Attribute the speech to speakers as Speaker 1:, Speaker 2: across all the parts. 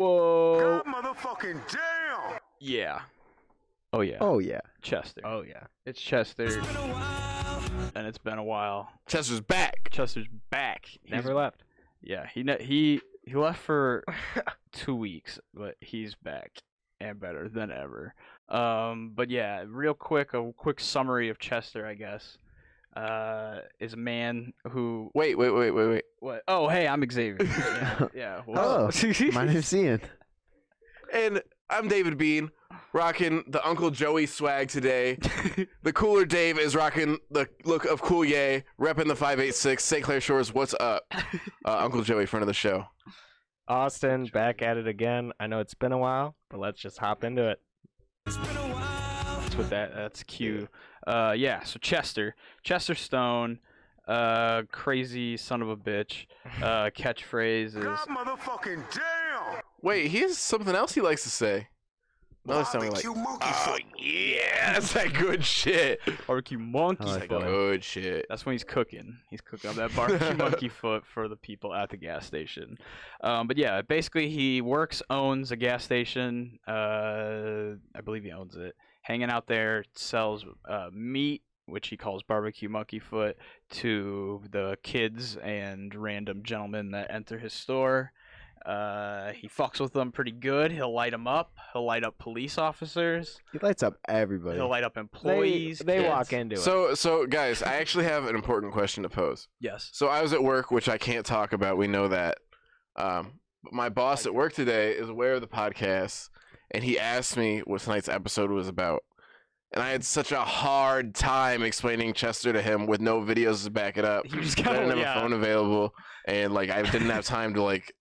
Speaker 1: Oh.
Speaker 2: fucking damn.
Speaker 1: Yeah. Oh yeah.
Speaker 3: Oh yeah.
Speaker 1: Chester.
Speaker 3: Oh yeah.
Speaker 1: It's Chester. and it's been a while.
Speaker 2: Chester's back.
Speaker 1: Chester's back. He's-
Speaker 3: Never left.
Speaker 1: Yeah. He ne- he he left for two weeks, but he's back and better than ever. Um, but yeah, real quick, a quick summary of Chester, I guess. Uh, is a man who
Speaker 2: Wait, wait, wait, wait, wait.
Speaker 1: what? Oh, hey, I'm Xavier. Yeah. yeah well,
Speaker 3: Oh, my name's Ian.
Speaker 2: And I'm David Bean, rocking the Uncle Joey swag today. the cooler Dave is rocking the look of Cool Yay, repping the 586 St. Clair Shores. What's up? Uh, Uncle Joey, friend of the show.
Speaker 4: Austin, back at it again. I know it's been a while, but let's just hop into it.
Speaker 1: That's what that. That's Q. Uh, yeah. So Chester, Chester Stone, uh, crazy son of a bitch. Uh, catchphrase is
Speaker 2: God motherfucking damn! Wait, he has something else he likes to say. Another song he likes. Oh yeah, that's that good shit.
Speaker 1: barbecue monkey
Speaker 3: I like
Speaker 1: foot.
Speaker 3: that.
Speaker 2: Good shit.
Speaker 1: That's when he's cooking. He's cooking up that barbecue monkey foot for the people at the gas station. Um, but yeah, basically he works, owns a gas station. Uh, I believe he owns it. Hanging out there, sells uh, meat, which he calls barbecue monkey foot, to the kids and random gentlemen that enter his store. Uh, he fucks with them pretty good. He'll light them up. He'll light up police officers.
Speaker 3: He lights up everybody.
Speaker 1: He'll light up
Speaker 4: They,
Speaker 1: employees.
Speaker 4: they
Speaker 1: kids.
Speaker 4: walk into it.
Speaker 2: So, so guys, I actually have an important question to pose.
Speaker 1: Yes.
Speaker 2: So I was at work, which I can't talk about. We know that. Um, but my boss at work today is aware of the podcast, and he asked me what tonight's episode was about. And I had such a hard time explaining Chester to him with no videos to back it up.
Speaker 1: You just
Speaker 2: I
Speaker 1: gotta-
Speaker 2: didn't have
Speaker 1: Oh, yeah.
Speaker 2: a phone available, and like I didn't have time to like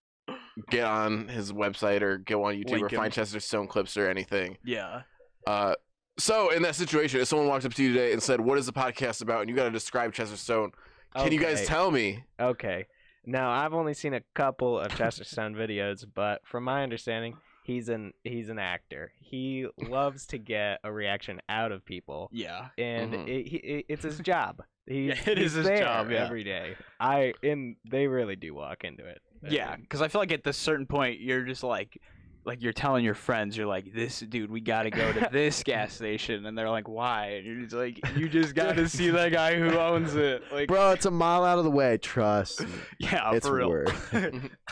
Speaker 2: get on his website or go on YouTube
Speaker 1: Link
Speaker 2: or
Speaker 1: him.
Speaker 2: find Chester Stone clips or anything.
Speaker 1: Yeah.
Speaker 2: Uh, so in that situation, if someone walked up to you today and said, "What is the podcast about?" and you got to describe Chester Stone, can you guys
Speaker 4: Okay.
Speaker 2: tell me?
Speaker 4: Okay. Now I've only seen a couple of Chester Stone videos, but from my understanding, he's an he's an actor. He loves to get a reaction out of people,
Speaker 1: Yeah.
Speaker 4: and
Speaker 2: Mhm.
Speaker 4: it, he- it, it's his job. He's,
Speaker 1: Mm-hmm. it is
Speaker 4: he's
Speaker 1: his
Speaker 4: there
Speaker 1: job, yeah.
Speaker 4: every day. I and they really do walk into it. I
Speaker 1: Yeah,
Speaker 4: mean,
Speaker 1: because I feel like at this certain point, you're just like, like you're telling your friends, you're like, this dude, we gotta go to this gas station, and they're like, why? And you're just like, you just gotta see that guy who owns it, like,
Speaker 3: Bro, it's a mile out of the way. Trust me.
Speaker 1: yeah,
Speaker 3: it's
Speaker 1: for real.
Speaker 3: worth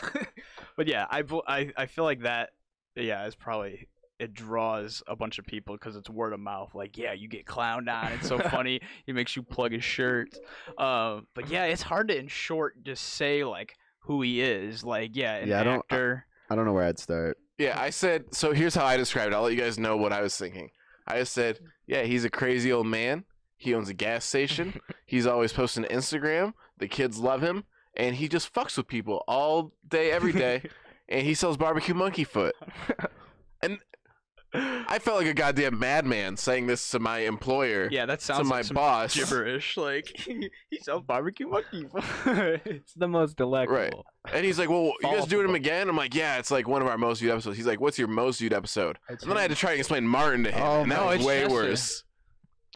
Speaker 1: but yeah, I, bel- I I feel like that, yeah, is probably it draws a bunch of people because it's word of mouth. Like, yeah, you get clowned on. It's so funny. he makes you plug his shirt. Um, but yeah, it's hard to in short just say like who he is. Like, yeah, an
Speaker 3: Yeah, I don't-
Speaker 1: actor.
Speaker 3: I don't know where I'd start.
Speaker 2: Yeah, I said. So here's how I described it. I'll let you guys know what I was thinking. I just said, "Yeah, he's a crazy old man. He owns a gas station. he's always posting to Instagram. The kids love him, and he just fucks with people all day, every day. and he sells barbecue monkey foot." and I felt like a goddamn madman saying this to my employer.
Speaker 1: Yeah, that
Speaker 2: To
Speaker 1: sounds
Speaker 2: my
Speaker 1: like some
Speaker 2: boss,
Speaker 1: gibberish. Like he sells barbecue monkey.
Speaker 4: it's the most delectable.
Speaker 2: And he's like, "Well, you guys
Speaker 1: Fall
Speaker 2: doing
Speaker 1: off
Speaker 2: him
Speaker 1: the
Speaker 2: again?" I'm like, "Yeah, it's like one of our most viewed episodes." He's like, "What's your most viewed episode?" And then I had to try and explain Martin to him,
Speaker 3: Oh,
Speaker 2: and that
Speaker 1: no,
Speaker 2: was
Speaker 1: it's
Speaker 2: way
Speaker 1: Chester.
Speaker 2: worse.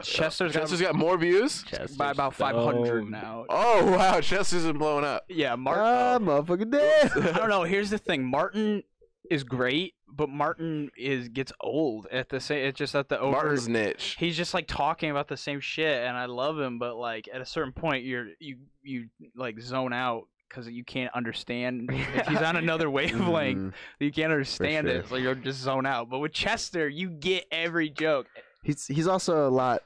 Speaker 1: Chester's got
Speaker 2: Chester's got more views.
Speaker 4: Chester's
Speaker 1: by about
Speaker 4: so-
Speaker 1: 500 now.
Speaker 2: Oh wow, Chester's been blowing up.
Speaker 1: Yeah,
Speaker 3: Ah,
Speaker 4: Um,
Speaker 1: Martin.
Speaker 3: motherfucking dead.
Speaker 1: I don't know. Here's the thing, Martin is great, but Martin is gets old at the same. It's just at the over.
Speaker 2: Martin's niche.
Speaker 1: He's just like talking about the same shit, and I love him, but like at a certain point, you're you you like zone out because you can't understand. if he's on another
Speaker 2: Mm-hmm.
Speaker 1: wavelength.
Speaker 3: Mhm.
Speaker 1: You can't understand
Speaker 3: sure.
Speaker 1: it, so you'll just zone out. But with Chester, you get every joke.
Speaker 3: He's he's also a lot,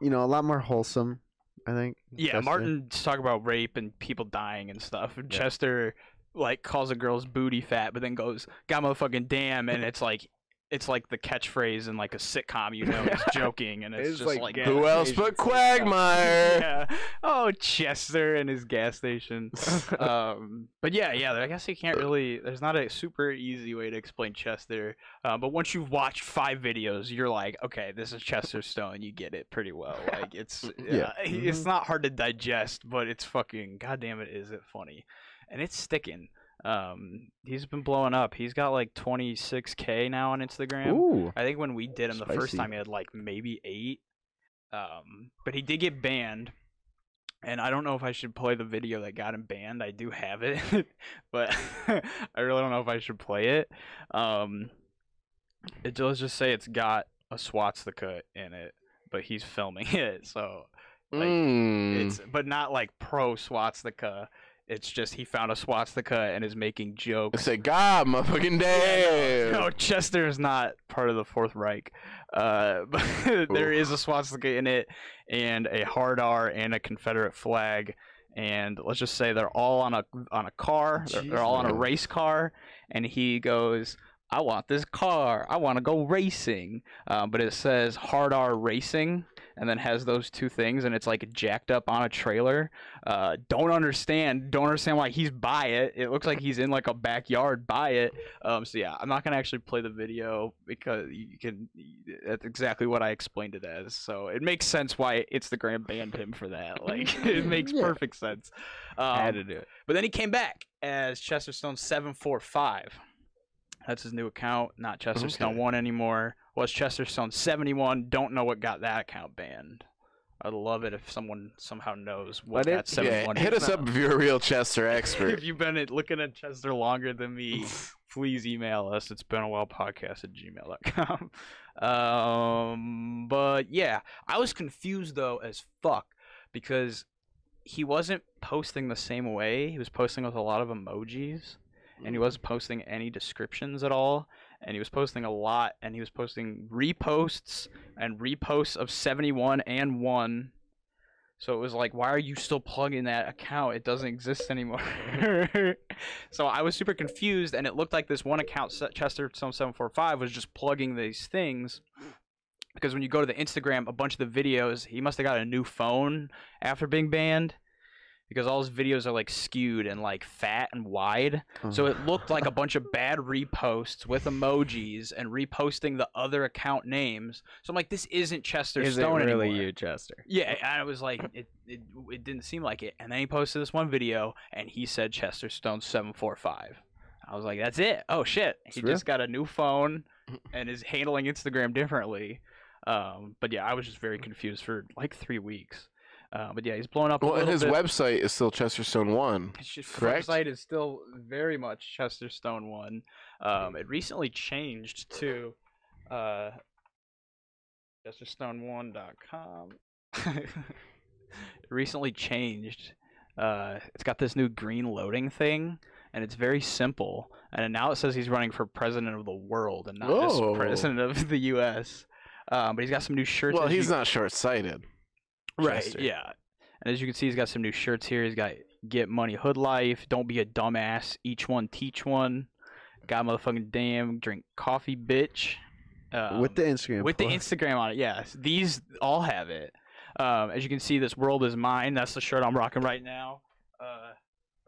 Speaker 3: you know, a lot more wholesome. I think.
Speaker 1: Yeah,
Speaker 3: Chester.
Speaker 1: Martin's talk about rape and people dying and stuff. And Chester like calls a girl's booty fat, but then goes, "God motherfucking damn!" And it's like, it's like the catchphrase in like a sitcom. You know, he's joking, and it's,
Speaker 4: It's
Speaker 1: just
Speaker 4: like
Speaker 1: like,
Speaker 4: gas
Speaker 2: Who else but Quagmire?
Speaker 1: yeah. Oh, Chester and his gas station. um, but yeah, yeah. I guess you can't really. There's not a super easy way to explain Chester. Uh, but once you've watched five videos, you're like, okay, this is Chester Stone. You get it pretty well. Like it's yeah,
Speaker 3: Yeah.
Speaker 1: it's not hard to digest, but it's fucking goddamn it, is it funny, and it's sticking. Um, he's been blowing up. He's got like 26k now on Instagram.
Speaker 3: Ooh.
Speaker 1: I think when we did him the first
Speaker 3: Spicy.
Speaker 1: time, he had like maybe eight. Um, but he did get banned, and I don't know if I should play the video that got him banned. I do have it, but I really don't know if I should play it. Um, it let's just say it's got a swastika in it, but he's filming it, so Like,
Speaker 2: Mm.
Speaker 1: it's but not like pro swastika. It's just he found a swastika and is making
Speaker 2: I
Speaker 1: jokes.
Speaker 2: said, God, motherfucking damn.
Speaker 1: No, Chester is not part of the Fourth Reich. Uh, but there is a swastika in it, and a hard R, and a Confederate flag, and let's just say they're all on a on a car. They're, they're all on a
Speaker 2: Jesus.
Speaker 1: race car, and he goes, "I want this car. I want to go racing." Uh, but it says hard R racing, and then has those two things, and it's like jacked up on a trailer. Uh, don't understand. Don't understand why he's by it. It looks like he's in like a backyard by it. Um, so yeah, I'm not gonna actually play the video because you can. That's exactly what I explained it as. So it makes sense why Instagram banned him for that. Like it makes
Speaker 3: Yeah.
Speaker 1: perfect sense.
Speaker 4: I had
Speaker 1: Um,
Speaker 4: to do it.
Speaker 1: but then he came back as Chesterstone seven four five. That's his new account, not Chesterstone
Speaker 2: Okay.
Speaker 1: one anymore. Was Chesterstone seventy one? Don't know what got that account banned. I'd love it if someone somehow knows what
Speaker 4: But it-
Speaker 1: that seventy
Speaker 2: yeah,
Speaker 1: one.
Speaker 2: hit us up if you're a real Chester expert.
Speaker 1: If you've been at- looking at Chester longer than me, please email us. It's been a while podcast at gmail.com. Um, but yeah, I was confused though as fuck because he wasn't posting the same way. He was posting with a lot of emojis and he wasn't posting any descriptions at all. And he was posting a lot and he was posting reposts and reposts of 71 and 1. So it was like, why are you still plugging that account? It doesn't exist anymore. so I was super confused, and it looked like this one account, Se- Chester Stone Seven Four Five, was just plugging these things. Because when you go to the Instagram, a bunch of the videos, he must have got a new phone after being banned, because all his videos are like skewed and like fat and wide. So it looked like a bunch of bad reposts with emojis and reposting the other account names. So I'm like, this isn't Chester
Speaker 4: Is it
Speaker 1: Stone
Speaker 4: really
Speaker 1: anymore.
Speaker 4: you, Chester?
Speaker 1: Yeah, I was like, it, it, it didn't seem like it. And then he posted this one video, and he said Chester Stone seven four five. I was like, that's it. Oh shit, he
Speaker 3: real.
Speaker 1: just got a new phone, and is handling Instagram differently. Um, but yeah, I was just very confused for like three weeks. Uh, but yeah, he's blown up.
Speaker 2: well,
Speaker 1: a
Speaker 2: and
Speaker 1: little
Speaker 2: his
Speaker 1: bit.
Speaker 2: website is still Chesterstone One.
Speaker 1: It's just- the
Speaker 2: Correct?
Speaker 1: website is still very much Chester Stone one. Um, it recently changed to uh, chesterstone1.com. it recently changed. Uh, it's got this new green loading thing, and it's very simple. And now it says he's running for president of the world and not
Speaker 2: Whoa.
Speaker 1: just president of the U.S. Um, but he's got some new shirts.
Speaker 2: Well,
Speaker 1: as you
Speaker 2: he's not short-sighted.
Speaker 1: Right.
Speaker 2: Chester.
Speaker 1: Yeah. And as you can see, he's got some new shirts here. He's got "Get Money Hood Life," "Don't Be a Dumbass," "Each One Teach One," "God Motherfucking Damn," "Drink Coffee Bitch," um,
Speaker 3: with the Instagram.
Speaker 1: with the
Speaker 3: plug.
Speaker 1: Instagram on it. Yes, these all have it. Um, as you can see, this world is mine. That's the shirt I'm rocking right now. Uh,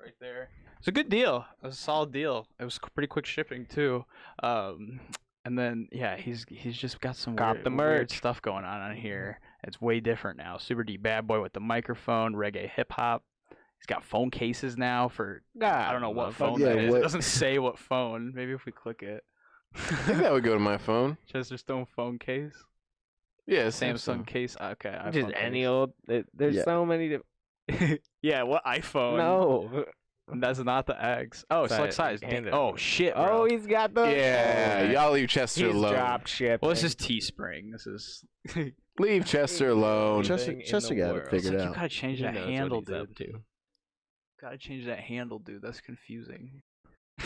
Speaker 1: right there. It's a good deal. It was a solid deal. It was pretty quick shipping too. Um, and then yeah, he's he's just got some
Speaker 4: Cop
Speaker 1: weird,
Speaker 4: the
Speaker 1: weird
Speaker 4: merch.
Speaker 1: stuff going on on here. It's way different now. Super D bad boy with the microphone, reggae hip hop. He's got phone cases now for I don't know what phone
Speaker 3: Yeah,
Speaker 1: that is. It
Speaker 3: what-
Speaker 1: doesn't say what phone. Maybe if we click it.
Speaker 2: I think that would go to my phone.
Speaker 1: Chester Stone phone case.
Speaker 2: Yeah,
Speaker 1: Samsung case.
Speaker 4: uh,
Speaker 1: Okay, iPhone
Speaker 4: Just
Speaker 1: case.
Speaker 4: any old. it- There's
Speaker 3: Yeah.
Speaker 4: so many. Di-
Speaker 1: yeah, what iPhone?
Speaker 4: no.
Speaker 1: that's not the X. Oh,
Speaker 4: Sorry,
Speaker 1: select size.
Speaker 4: hand it.
Speaker 1: Oh shit, bro.
Speaker 4: Oh, he's got the.
Speaker 3: Oh,
Speaker 2: Yeah, y'all leave Chester
Speaker 4: He's
Speaker 2: alone.
Speaker 4: drop shipping.
Speaker 1: well, this is Teespring. This is.
Speaker 2: Leave Chester alone.
Speaker 3: Chester-
Speaker 4: thing in
Speaker 3: Chester
Speaker 4: the
Speaker 3: got it
Speaker 4: world.
Speaker 1: It's
Speaker 3: figured
Speaker 1: like you
Speaker 3: out.
Speaker 1: gotta change
Speaker 4: Oh, Who
Speaker 1: that
Speaker 4: knows what
Speaker 1: handle,
Speaker 4: he's
Speaker 1: dude.
Speaker 4: up to.
Speaker 1: Gotta change that handle, dude. That's confusing.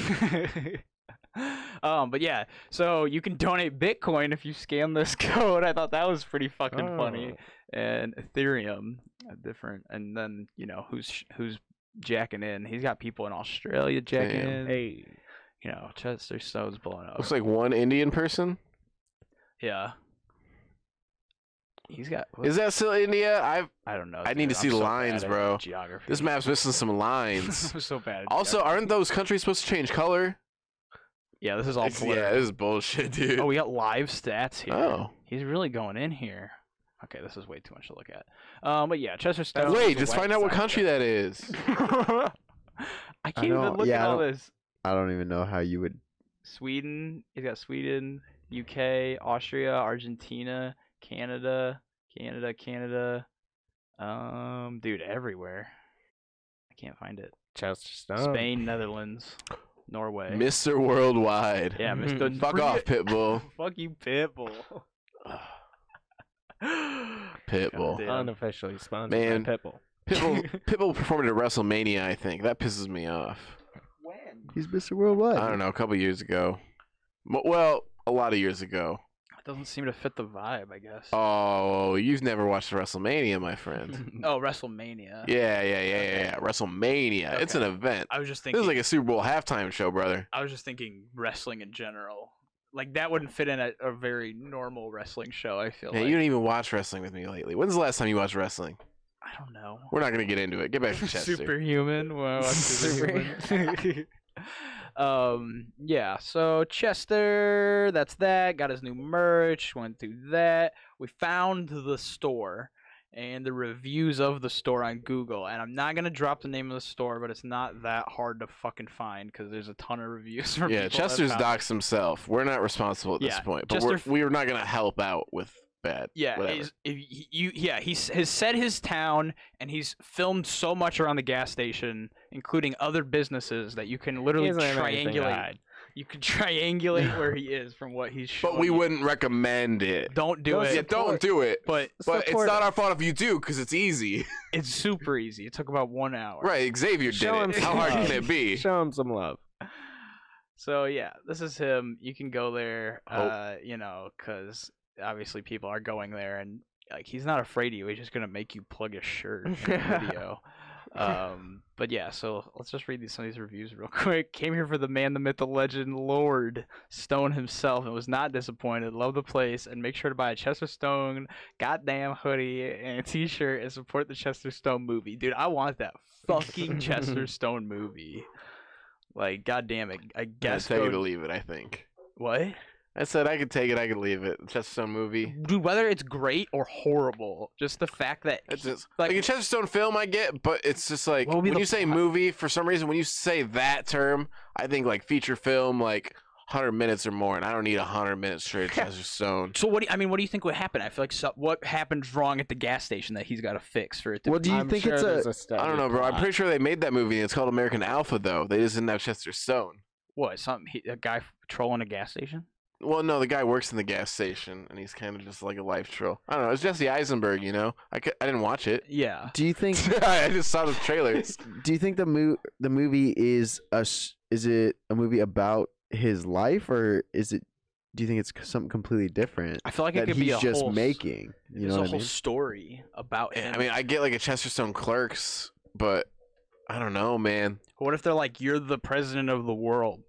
Speaker 1: um, but yeah, so you can donate Bitcoin if you scan this code. I thought that was pretty
Speaker 4: Oh.
Speaker 1: fucking funny. and Ethereum, uh, different. And then you know who's sh- who's jacking in. He's got people in Australia jacking
Speaker 2: Damn.
Speaker 1: in.
Speaker 4: Hey,
Speaker 1: You know, Chester Stone's blowing up.
Speaker 2: Looks like one Indian person.
Speaker 1: yeah. He's got.
Speaker 2: Is that still India? I
Speaker 1: I don't know.
Speaker 2: I need
Speaker 1: dude.
Speaker 2: to see
Speaker 1: I'm so
Speaker 2: lines,
Speaker 1: bad at
Speaker 2: bro.
Speaker 1: Geography.
Speaker 2: this map's missing some lines.
Speaker 1: I'm so bad. at
Speaker 2: also,
Speaker 1: geography.
Speaker 2: aren't those countries supposed to change color?
Speaker 1: yeah, this is all
Speaker 2: It's- yeah,
Speaker 1: blurred.
Speaker 2: this is bullshit, dude.
Speaker 1: oh, we got live stats here.
Speaker 2: Oh.
Speaker 1: He's really going in here. Okay, this is way too much to look at. Um, but yeah, Chester Stone.
Speaker 2: Wait,
Speaker 1: is a
Speaker 2: just
Speaker 1: white
Speaker 2: find out what
Speaker 1: side
Speaker 2: country
Speaker 1: guy.
Speaker 2: that is.
Speaker 1: I can't even
Speaker 3: don't-
Speaker 1: look
Speaker 3: yeah,
Speaker 1: at
Speaker 3: I
Speaker 1: all
Speaker 3: don't-
Speaker 1: this.
Speaker 3: I don't even know how you would.
Speaker 1: Sweden. He's got Sweden, UK, Austria, Argentina, Canada, Canada, Canada. Um, dude, everywhere. I can't find it.
Speaker 4: Chester Stone.
Speaker 2: Oh.
Speaker 1: Spain, Netherlands. Norway.
Speaker 2: Mr. Worldwide.
Speaker 3: Hmm.
Speaker 1: yeah, Mr.
Speaker 2: Fuck
Speaker 1: Bring
Speaker 2: off,
Speaker 1: it-
Speaker 2: Pitbull.
Speaker 1: Fuck you, Pitbull.
Speaker 2: Pitbull.
Speaker 1: Goddamn.
Speaker 4: Unofficially sponsored
Speaker 2: Man.
Speaker 4: by Pitbull.
Speaker 2: Pitbull. Pitbull performed at WrestleMania, I think. That pisses me off.
Speaker 3: He's Mr. Worldwide.
Speaker 2: I don't know, a couple years ago. M- Well, a lot of years ago.
Speaker 1: It doesn't seem to fit the vibe, I guess.
Speaker 2: Oh, you've never watched WrestleMania, my friend.
Speaker 1: Oh, WrestleMania.
Speaker 2: Yeah, yeah, yeah, yeah, yeah. WrestleMania. It's an
Speaker 1: Okay.
Speaker 2: event.
Speaker 1: I was just
Speaker 2: This
Speaker 1: thinking.
Speaker 2: is like a Super Bowl halftime show, brother.
Speaker 1: I was just thinking wrestling in general. Like that wouldn't fit in a, a very normal wrestling show. I feel
Speaker 2: Man,
Speaker 1: like
Speaker 2: you don't even watch wrestling with me lately. When's the last time you watched wrestling?
Speaker 1: I don't know.
Speaker 2: We're not gonna get into it. Get back to Chester.
Speaker 1: Superhuman. Wow, I'm
Speaker 4: Super-
Speaker 1: superhuman. um, yeah. So Chester, that's that. Got his new merch. Went through that. We found the store and the reviews of the store on Google. And I'm not gonna drop the name of the store, but it's not that hard to fucking find because there's a ton of reviews from.
Speaker 2: Yeah,
Speaker 1: people that
Speaker 2: Chester's
Speaker 1: found-
Speaker 2: doxed himself. We're not responsible at this
Speaker 1: Yeah,
Speaker 2: point, but we're,
Speaker 1: Chester-
Speaker 2: we're not gonna help out with bad.
Speaker 1: Yeah,
Speaker 2: whatever.
Speaker 1: is, if y- you yeah he's has said his town and he's filmed so much around the gas station, including other businesses that you can literally
Speaker 4: He doesn't have anything to
Speaker 1: triangulate.
Speaker 4: hide.
Speaker 1: You can triangulate where he is from what he's.
Speaker 2: but
Speaker 1: shown
Speaker 2: we
Speaker 1: you.
Speaker 2: wouldn't recommend it.
Speaker 1: Don't do
Speaker 4: Don't
Speaker 1: it.
Speaker 2: yeah, don't do it.
Speaker 1: But
Speaker 2: But it's
Speaker 3: Support
Speaker 2: not
Speaker 3: it.
Speaker 2: our fault if you do, because it's easy.
Speaker 1: it's super easy. It took about one hour.
Speaker 2: Right, Xavier did
Speaker 4: Show him
Speaker 2: it. How
Speaker 4: some
Speaker 2: hard
Speaker 4: love.
Speaker 2: can it be?
Speaker 4: Show him some love.
Speaker 1: So yeah, this is him. You can go there.
Speaker 2: Oh.
Speaker 1: Uh, you know, because obviously people are going there, and like he's not afraid of you. He's just gonna make you plug a shirt in the video. Um, but yeah, so let's just read these, some of these reviews real quick. Came here for the man, the myth, the legend, Lord Stone himself, and was not disappointed. Love the place, and make sure to buy a Chester Stone goddamn hoodie and a T-shirt and support the Chester Stone movie, dude. I want that fucking Chester Stone movie. Like, goddamn it, I guess.
Speaker 2: take
Speaker 1: go-
Speaker 2: it or leave it. I think.
Speaker 1: what?
Speaker 2: I said I could take it. I could leave it. Chesterstone movie.
Speaker 1: Dude, whether it's great or horrible, just the fact that
Speaker 2: It's just
Speaker 1: like-
Speaker 2: like, a Chesterstone film. I get, but it's just like
Speaker 1: What would be
Speaker 2: when
Speaker 1: the
Speaker 2: you say
Speaker 1: plot?
Speaker 2: movie, for some reason, when you say that term, I think like feature film, like hundred minutes or more, and I don't need hundred minutes straight. of Chesterstone.
Speaker 1: So what? Do you, I mean, what do you think would happen? I feel like so, what happened wrong at the gas station that he's got to fix for it to.
Speaker 3: Well, do you
Speaker 4: I'm
Speaker 3: think
Speaker 4: sure
Speaker 3: it's
Speaker 4: there's
Speaker 3: a?
Speaker 4: study
Speaker 2: I don't know, bro. I'm
Speaker 4: plot.
Speaker 2: pretty sure they made that movie. and It's called American Alpha, though. They just didn't have Chester Stone.
Speaker 1: what? Some he, a guy trolling a gas station?
Speaker 2: Well, no, the guy works in the gas station, and he's kind of just like a life troll. I don't know. It's Jesse Eisenberg, you know. I, cou- I didn't watch it.
Speaker 1: Yeah.
Speaker 3: Do you think?
Speaker 2: I just saw the trailers.
Speaker 3: Do you think the mo- the movie is a s- is it a movie about his life or is it? Do you think it's c- something completely different
Speaker 1: I feel like it
Speaker 3: that
Speaker 1: could
Speaker 3: he's
Speaker 1: be a
Speaker 3: just
Speaker 1: whole, s-
Speaker 3: making? You
Speaker 1: there's
Speaker 3: know
Speaker 1: a
Speaker 3: what I
Speaker 1: whole
Speaker 3: mean?
Speaker 1: story about
Speaker 2: Yeah,
Speaker 1: him.
Speaker 2: I mean, I get like a Chesterstone Clerks, but I don't know, man.
Speaker 1: what if they're like, "You're the president of the world,"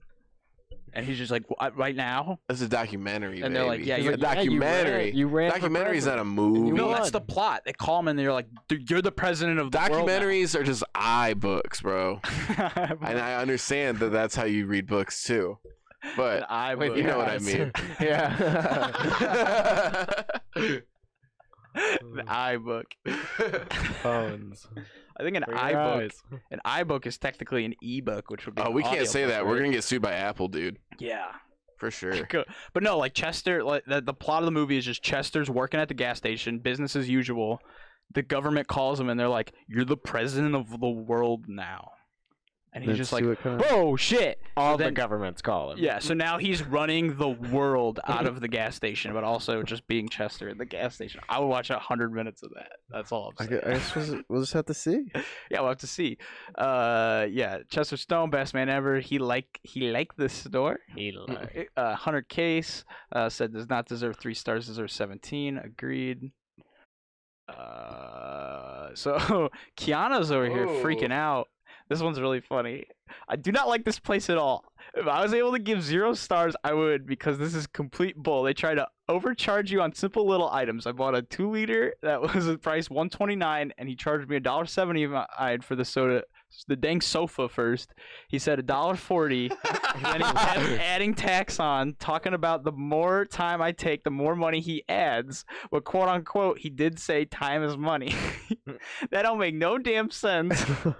Speaker 1: and he's just like, "What, "Right now?"
Speaker 2: That's a documentary.
Speaker 1: And they're like,
Speaker 2: baby.
Speaker 1: yeah,
Speaker 2: It's
Speaker 1: you're-
Speaker 2: a
Speaker 4: Yeah, you ran-
Speaker 2: documentary.
Speaker 4: You ran, for
Speaker 2: Documentary is not a
Speaker 4: president.
Speaker 2: movie.
Speaker 4: You
Speaker 1: No,
Speaker 4: won.
Speaker 1: that's the plot. They call him and they're like, "Dude, "You're the president of the
Speaker 2: Documentaries are just eye books, bro.
Speaker 1: world." now."
Speaker 2: and I understand that that's how you read books too. But
Speaker 1: And I would.
Speaker 2: you know what I mean. yeah.
Speaker 1: An iBook.
Speaker 4: Phones.
Speaker 1: I think an
Speaker 4: For your
Speaker 1: iBook.
Speaker 4: eyes.
Speaker 1: An iBook is technically an ebook, which would be.
Speaker 2: oh,
Speaker 1: an
Speaker 2: we can't
Speaker 1: audiobook,
Speaker 2: say that. We're
Speaker 1: right?
Speaker 2: gonna get sued by Apple, dude,
Speaker 1: Yeah.
Speaker 2: for sure.
Speaker 1: Go- But no, like Chester, like the, the plot of the movie is just Chester's working at the gas station, business as usual. The government calls him and they're like, "You're the president of the world now," and he's
Speaker 3: Let's
Speaker 1: just
Speaker 3: see
Speaker 1: like,
Speaker 3: what kind of-
Speaker 1: "Whoa, shit!"
Speaker 4: All the
Speaker 1: then-
Speaker 4: governments call him.
Speaker 1: Yeah, so now he's running the world out of the gas station, but also just being Chester at the gas station. I would watch a hundred minutes of that. That's all I'm
Speaker 3: I
Speaker 1: saying.
Speaker 3: gu- I guess we'll, we'll just have to see.
Speaker 1: yeah, we'll have to see. Uh, yeah, Chester Stone, best man ever. He like he liked this store.
Speaker 4: He lied.
Speaker 1: Uh, Hunter Case uh, said does not deserve three stars, deserves 17. Agreed. Uh, so Kiana's over here freaking
Speaker 2: Ooh.
Speaker 1: out. This one's really funny. I do not like this place at all. If I was able to give zero stars, I would because this is complete bull. They try to overcharge you on simple little items. I bought a two liter that was a price one twenty nine, and he charged me a dollar seventy if I I'd for the soda, the dang sofa first. He said a dollar forty. And then he kept adding tax on, talking about the more time I take, the more money he adds. But quote unquote, he did say time is money. that don't make no damn sense for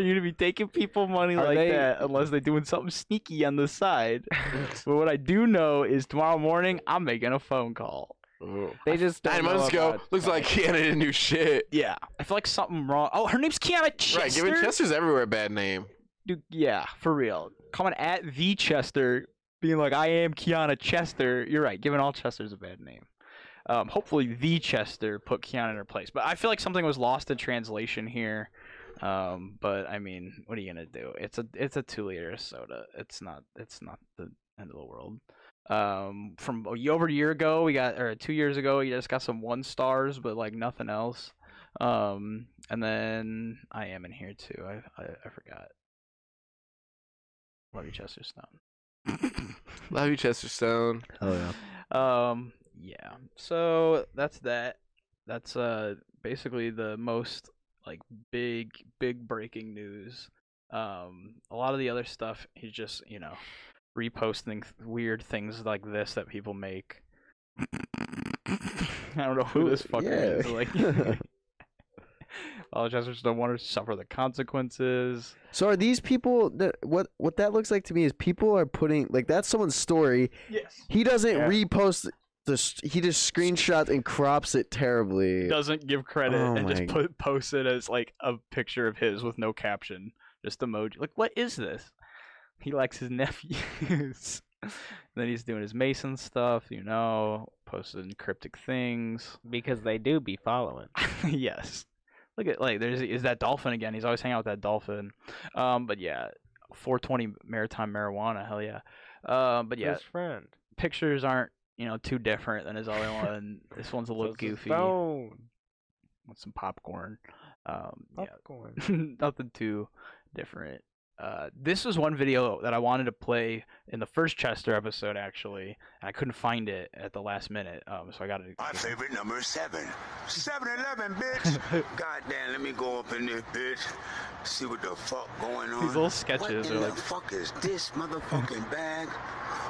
Speaker 1: you to be taking people money
Speaker 4: Are
Speaker 1: like
Speaker 4: they-
Speaker 1: that unless they're doing something sneaky on the side. but what I do know is tomorrow morning I'm making a phone call.
Speaker 2: Ooh.
Speaker 4: They just don't
Speaker 2: Nine
Speaker 4: know
Speaker 2: months ago,
Speaker 4: about
Speaker 2: looks like Keanu didn't do shit.
Speaker 1: Yeah, I feel like something wrong. Oh, her name's Kiana Chester.
Speaker 2: Right, giving Chester's everywhere a bad name.
Speaker 1: Dude, yeah, for real. coming at the Chester, being like, "I am Kiana Chester." You're right. Giving all Chesters a bad name. Um, hopefully, the Chester put Kiana in her place. But I feel like something was lost in translation here. Um, but I mean, what are you gonna do? It's a it's a two liter soda. It's not it's not the end of the world. Um, from a y- over a year ago, we got or two years ago, you just got some one stars, but like nothing else. Um, and then I am in here too. I I, I forgot. Love you, Chester Stone.
Speaker 2: Love you, Chester Stone.
Speaker 3: Hell yeah.
Speaker 1: Um, yeah. So that's that. That's uh basically the most like big big breaking news. Um, a lot of the other stuff is just you know reposting th- weird things like this that people make. I don't know who
Speaker 3: Who-
Speaker 1: this fucker is.
Speaker 3: yeah.
Speaker 1: Like, all Chester's don't want to suffer the consequences.
Speaker 3: So are these people that what what that looks like to me is people are putting like that's someone's story.
Speaker 1: Yes.
Speaker 3: He doesn't
Speaker 1: Yeah.
Speaker 3: repost the st- he just screenshots and crops it terribly.
Speaker 1: doesn't give credit
Speaker 3: Oh
Speaker 1: and just
Speaker 3: my-
Speaker 1: put posts it as like a picture of his with no caption, just emoji. Like, what is this? He likes his nephews. then he's doing his Mason stuff, you know, posting cryptic things.
Speaker 4: because they do be following.
Speaker 1: yes. Look at like there's is that dolphin again. He's always hanging out with that dolphin. Um, but yeah, 420 maritime marijuana. Hell yeah. Um, but yeah,
Speaker 4: His friend.
Speaker 1: pictures aren't you know too different than his other one. this one's a little
Speaker 4: It's his
Speaker 1: goofy
Speaker 4: Phone.
Speaker 1: with some popcorn. Um,
Speaker 4: Popcorn.
Speaker 1: yeah, nothing too different. Uh, this was one video that I wanted to play in the first Chester episode, actually, and I couldn't find it at the last minute. Um, so I got to.
Speaker 5: My favorite number is seven. 7 Eleven, bitch. Goddamn, let me go up in there, bitch. See what the fuck going on.
Speaker 1: little sketches
Speaker 5: What
Speaker 1: are
Speaker 5: in
Speaker 1: like-
Speaker 5: the fuck is this motherfucking bag?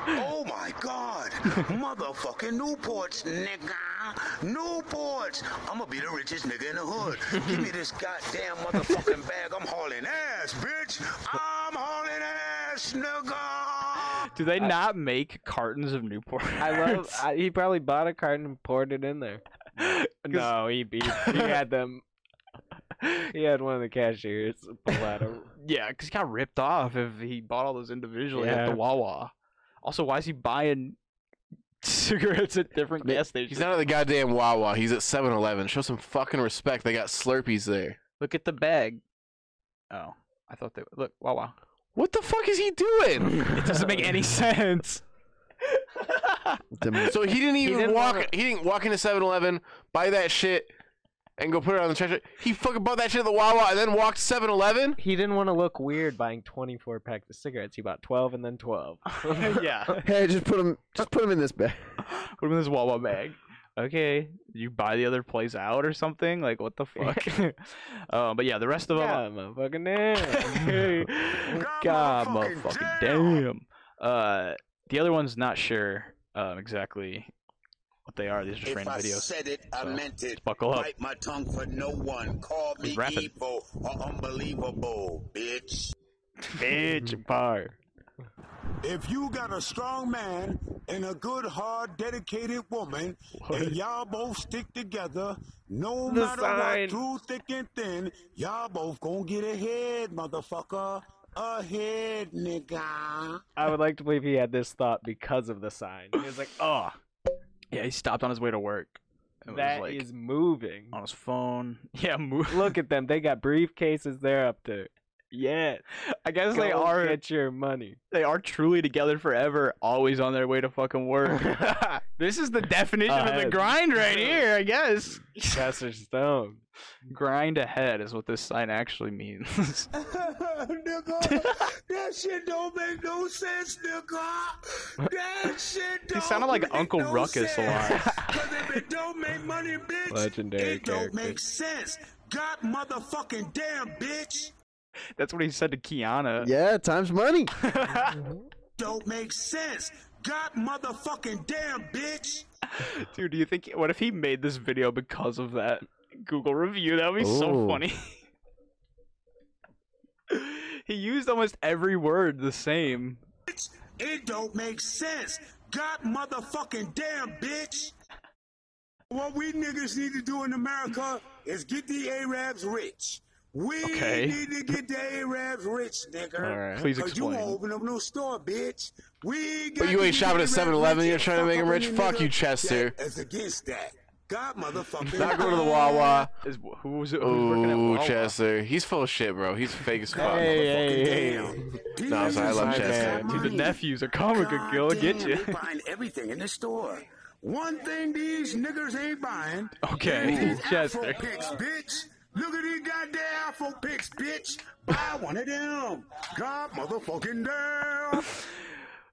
Speaker 5: Oh my god. motherfucking Newports, nigga. Newports. I'm gonna be the richest nigga in the hood. Give me this goddamn motherfucking bag. I'm hauling ass, bitch. I'm hauling ass, nigga.
Speaker 1: Do they not make cartons of Newport?
Speaker 4: I love. I, he probably bought a carton and poured it in there. No, he he, he had them. He had one of the cashiers pull out a.
Speaker 1: yeah, because he got ripped off if he bought all those individually at the
Speaker 4: Yeah.
Speaker 1: Wawa. Also, why is he buying cigarettes at different
Speaker 2: They-
Speaker 1: gas stations?
Speaker 2: He's not at the goddamn Wawa. He's at 7 Eleven. Show some fucking respect. They got Slurpees there.
Speaker 1: Look at the bag. Oh, I thought they look. Wow, wow.
Speaker 2: What the fuck is he doing?
Speaker 1: It doesn't make any sense.
Speaker 3: Dem-
Speaker 2: So he didn't even
Speaker 1: didn't
Speaker 2: walk.
Speaker 1: wanna-
Speaker 2: He didn't walk into 7-Eleven, buy that shit, and go put it on the trash. He fucking bought that shit at the Wawa and then walked 7-Eleven.
Speaker 4: He didn't want to look weird buying 24 packs of cigarettes. He bought 12 and then 12.
Speaker 1: yeah. Put
Speaker 3: hey, just put him just put him in this bag.
Speaker 1: him in this Wawa bag. Okay, you buy the other place out or something? Like what the fuck? uh, but yeah, the rest of them.
Speaker 4: Yeah, motherfucking damn.
Speaker 1: God, motherfucking damn. Uh, the other one's not sure um, exactly what they are. These are just
Speaker 5: If
Speaker 1: random
Speaker 5: I
Speaker 1: videos.
Speaker 5: said it, I
Speaker 1: So,
Speaker 5: meant it.
Speaker 1: buckle up.
Speaker 5: Bite my tongue for no one. Call me
Speaker 1: He's rapping.
Speaker 5: evil or unbelievable, bitch.
Speaker 1: Bitch bar.
Speaker 5: If you got a strong man and a good, hard, dedicated woman, and y'all both stick together, no
Speaker 4: The
Speaker 5: matter
Speaker 4: sign.
Speaker 5: what, through thick and thin, y'all both gonna get ahead, motherfucker. Ahead, nigga.
Speaker 4: I would like to believe he had this thought because of the sign. He was like, oh,
Speaker 1: Ah. Yeah, he stopped on his way to work. It was,
Speaker 4: that is
Speaker 1: like,
Speaker 4: moving.
Speaker 1: on his phone. Yeah, move.
Speaker 4: Look at them. They got briefcases they're up to. Yeah.
Speaker 1: I guess they
Speaker 4: Go
Speaker 1: are
Speaker 4: Get your money.
Speaker 1: they are truly together forever, always on their way to fucking work. this is the definition of the
Speaker 4: Ahead.
Speaker 1: grind right here, I guess.
Speaker 4: Chester Stone.
Speaker 1: grind ahead is what this sign actually means.
Speaker 5: nigga, that shit don't make no sense, nigga. That shit don't.
Speaker 1: he sounded like
Speaker 5: make
Speaker 1: Uncle
Speaker 5: no
Speaker 1: Ruckus a
Speaker 5: sense.
Speaker 1: lot.
Speaker 5: Cause if it don't make money, bitch,
Speaker 4: Legendary
Speaker 5: it don't
Speaker 4: character.
Speaker 5: make sense. God motherfucking damn, bitch.
Speaker 1: That's what he said to Kiana.
Speaker 3: Yeah, time's money.
Speaker 5: Don't make sense. God motherfucking damn, bitch.
Speaker 1: Dude, do you think what if he made this video because of that Google review? That would be so
Speaker 3: Ooh.
Speaker 1: funny. he used almost every word the same.
Speaker 5: It don't make sense. God motherfucking damn, bitch. What we niggas need to do in America is get the Arabs rich. We
Speaker 1: Okay.
Speaker 5: need to get the Arabs rich, nigga.
Speaker 4: All right.
Speaker 1: Please
Speaker 5: Cause you
Speaker 1: explain.
Speaker 5: wanna open up no store, bitch. We got
Speaker 2: But you
Speaker 5: to
Speaker 2: ain't
Speaker 5: get
Speaker 2: shopping
Speaker 5: the
Speaker 2: at
Speaker 5: Arabs
Speaker 2: 7-Eleven,
Speaker 5: rich.
Speaker 2: you're trying to
Speaker 5: Fuck
Speaker 2: make 'em
Speaker 5: up
Speaker 2: rich?
Speaker 5: any
Speaker 2: Fuck
Speaker 5: nigga
Speaker 2: you, Chester.
Speaker 5: that is against that. God motherfucking.
Speaker 2: Not going to the Wawa.
Speaker 1: Is who was it? Who's working at
Speaker 2: Ooh,
Speaker 1: Wawa?
Speaker 2: Chester. He's full of shit, bro. He's fake as fuck.
Speaker 1: Hey,
Speaker 5: Motherfucking
Speaker 1: hey,
Speaker 5: damn. He
Speaker 2: No, I'm
Speaker 5: lives
Speaker 2: sorry, I love
Speaker 5: inside
Speaker 2: Chester.
Speaker 5: that
Speaker 2: To
Speaker 1: Dude, the
Speaker 5: money.
Speaker 1: nephew's a comic book
Speaker 5: God
Speaker 1: girl. Get
Speaker 5: damn,
Speaker 1: you.
Speaker 5: They buying everything in the store. One thing these niggers ain't buying.
Speaker 1: Okay,
Speaker 5: is these
Speaker 1: Chester.
Speaker 5: Afro pics, bitch. Look at these goddamn Afro pics, bitch. Buy one of them. God motherfucking damn.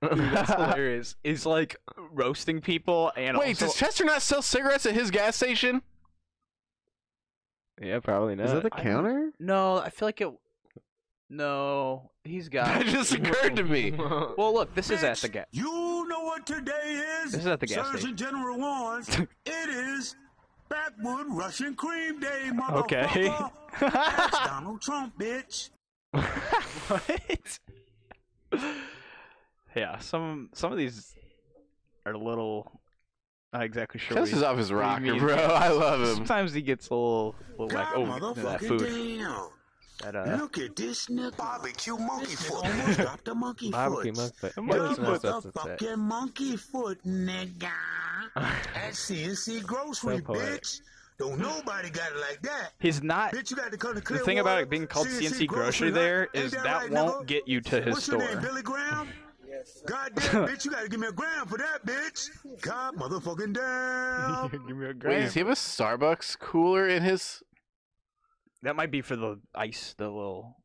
Speaker 1: Dude, that's hilarious. Is like roasting people and
Speaker 2: Wait,
Speaker 1: also
Speaker 2: does Chester not sell cigarettes at his gas station?
Speaker 4: Yeah, probably not.
Speaker 3: Is that the
Speaker 1: I-
Speaker 3: counter?
Speaker 1: no. I feel like it. No, he's got.
Speaker 2: That just occurred to me.
Speaker 1: Well, look, this is at the gas.
Speaker 5: You know what today is?
Speaker 1: This is at the gas
Speaker 5: Surgeon
Speaker 1: station.
Speaker 5: General warns. it is backwood Russian cream day, motherfucker.
Speaker 1: Okay.
Speaker 5: That's Donald Trump, bitch.
Speaker 1: what? yeah, some some of these are a little not exactly sure. what
Speaker 2: Chester's
Speaker 1: he-
Speaker 2: off his
Speaker 1: what he
Speaker 2: rocker,
Speaker 1: means.
Speaker 2: bro. I love him.
Speaker 1: Sometimes he gets a little, little like,
Speaker 5: God
Speaker 1: oh, that
Speaker 5: motherfucking
Speaker 1: food.
Speaker 5: damn.
Speaker 1: That, uh,
Speaker 5: Look at this nigga. Barbecue monkey foot. dropped the monkey
Speaker 4: Barbecue
Speaker 5: foot.
Speaker 4: motherfucker.
Speaker 1: Come
Speaker 4: There
Speaker 1: on,
Speaker 4: was no
Speaker 1: motherfucker.
Speaker 4: substance there.
Speaker 5: Motherfucking monkey foot, nigga. At CNC Grocery,
Speaker 4: So poetic.
Speaker 5: bitch. Don't nobody got it like that.
Speaker 1: he's not.
Speaker 5: Bitch, you got to come to
Speaker 1: The
Speaker 5: Clearwater.
Speaker 1: thing about it being called CNC grocery there
Speaker 5: huh? Ain't
Speaker 1: is
Speaker 5: right,
Speaker 1: that
Speaker 5: nigga?
Speaker 1: won't get you to his
Speaker 5: What's your name,
Speaker 1: store.
Speaker 5: Billy Graham? Goddamn, bitch, you gotta give me a gram for that, bitch. God motherfucking damn.
Speaker 1: Give me a
Speaker 2: Wait, does he have a Starbucks cooler in his?
Speaker 1: That might be for the ice, the little,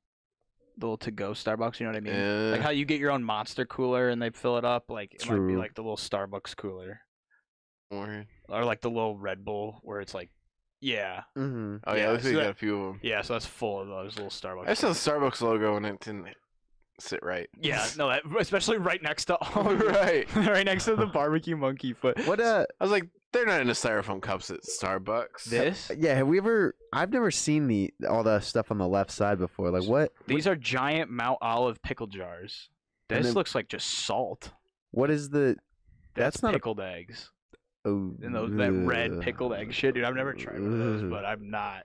Speaker 1: the little to-go Starbucks. You know what I mean?
Speaker 2: Uh,
Speaker 1: Like how you get your own monster cooler and they fill it up. Like it might be
Speaker 3: True.
Speaker 1: like the little Starbucks cooler
Speaker 2: or-
Speaker 1: or like the little Red Bull where it's like, yeah,
Speaker 3: Mm-hmm.
Speaker 2: Oh yeah,
Speaker 1: Yeah,
Speaker 2: looks
Speaker 1: so
Speaker 2: like he
Speaker 1: that-
Speaker 2: got a few of them.
Speaker 1: yeah. So that's full of those little Starbucks.
Speaker 2: I just saw the
Speaker 1: coolers.
Speaker 2: Starbucks logo and it didn't sit right.
Speaker 1: Yeah, no, that, especially right next to all
Speaker 2: right.
Speaker 1: right next to the barbecue monkey foot.
Speaker 3: What uh
Speaker 2: I was like, they're not into styrofoam cups at Starbucks.
Speaker 1: This?
Speaker 3: yeah, have we ever I've never seen the all the stuff on the left side before. Like what
Speaker 1: These are giant Mount Olive pickle jars.
Speaker 3: And
Speaker 1: This
Speaker 3: then-
Speaker 1: looks like just salt.
Speaker 3: what is the
Speaker 1: That's,
Speaker 3: That's not a-
Speaker 1: pickled eggs.
Speaker 3: oh, uh,
Speaker 1: And those that red
Speaker 3: ugh.
Speaker 1: pickled egg shit, dude. I've never tried one of those,
Speaker 3: Ugh. Ah,
Speaker 1: but I'm not.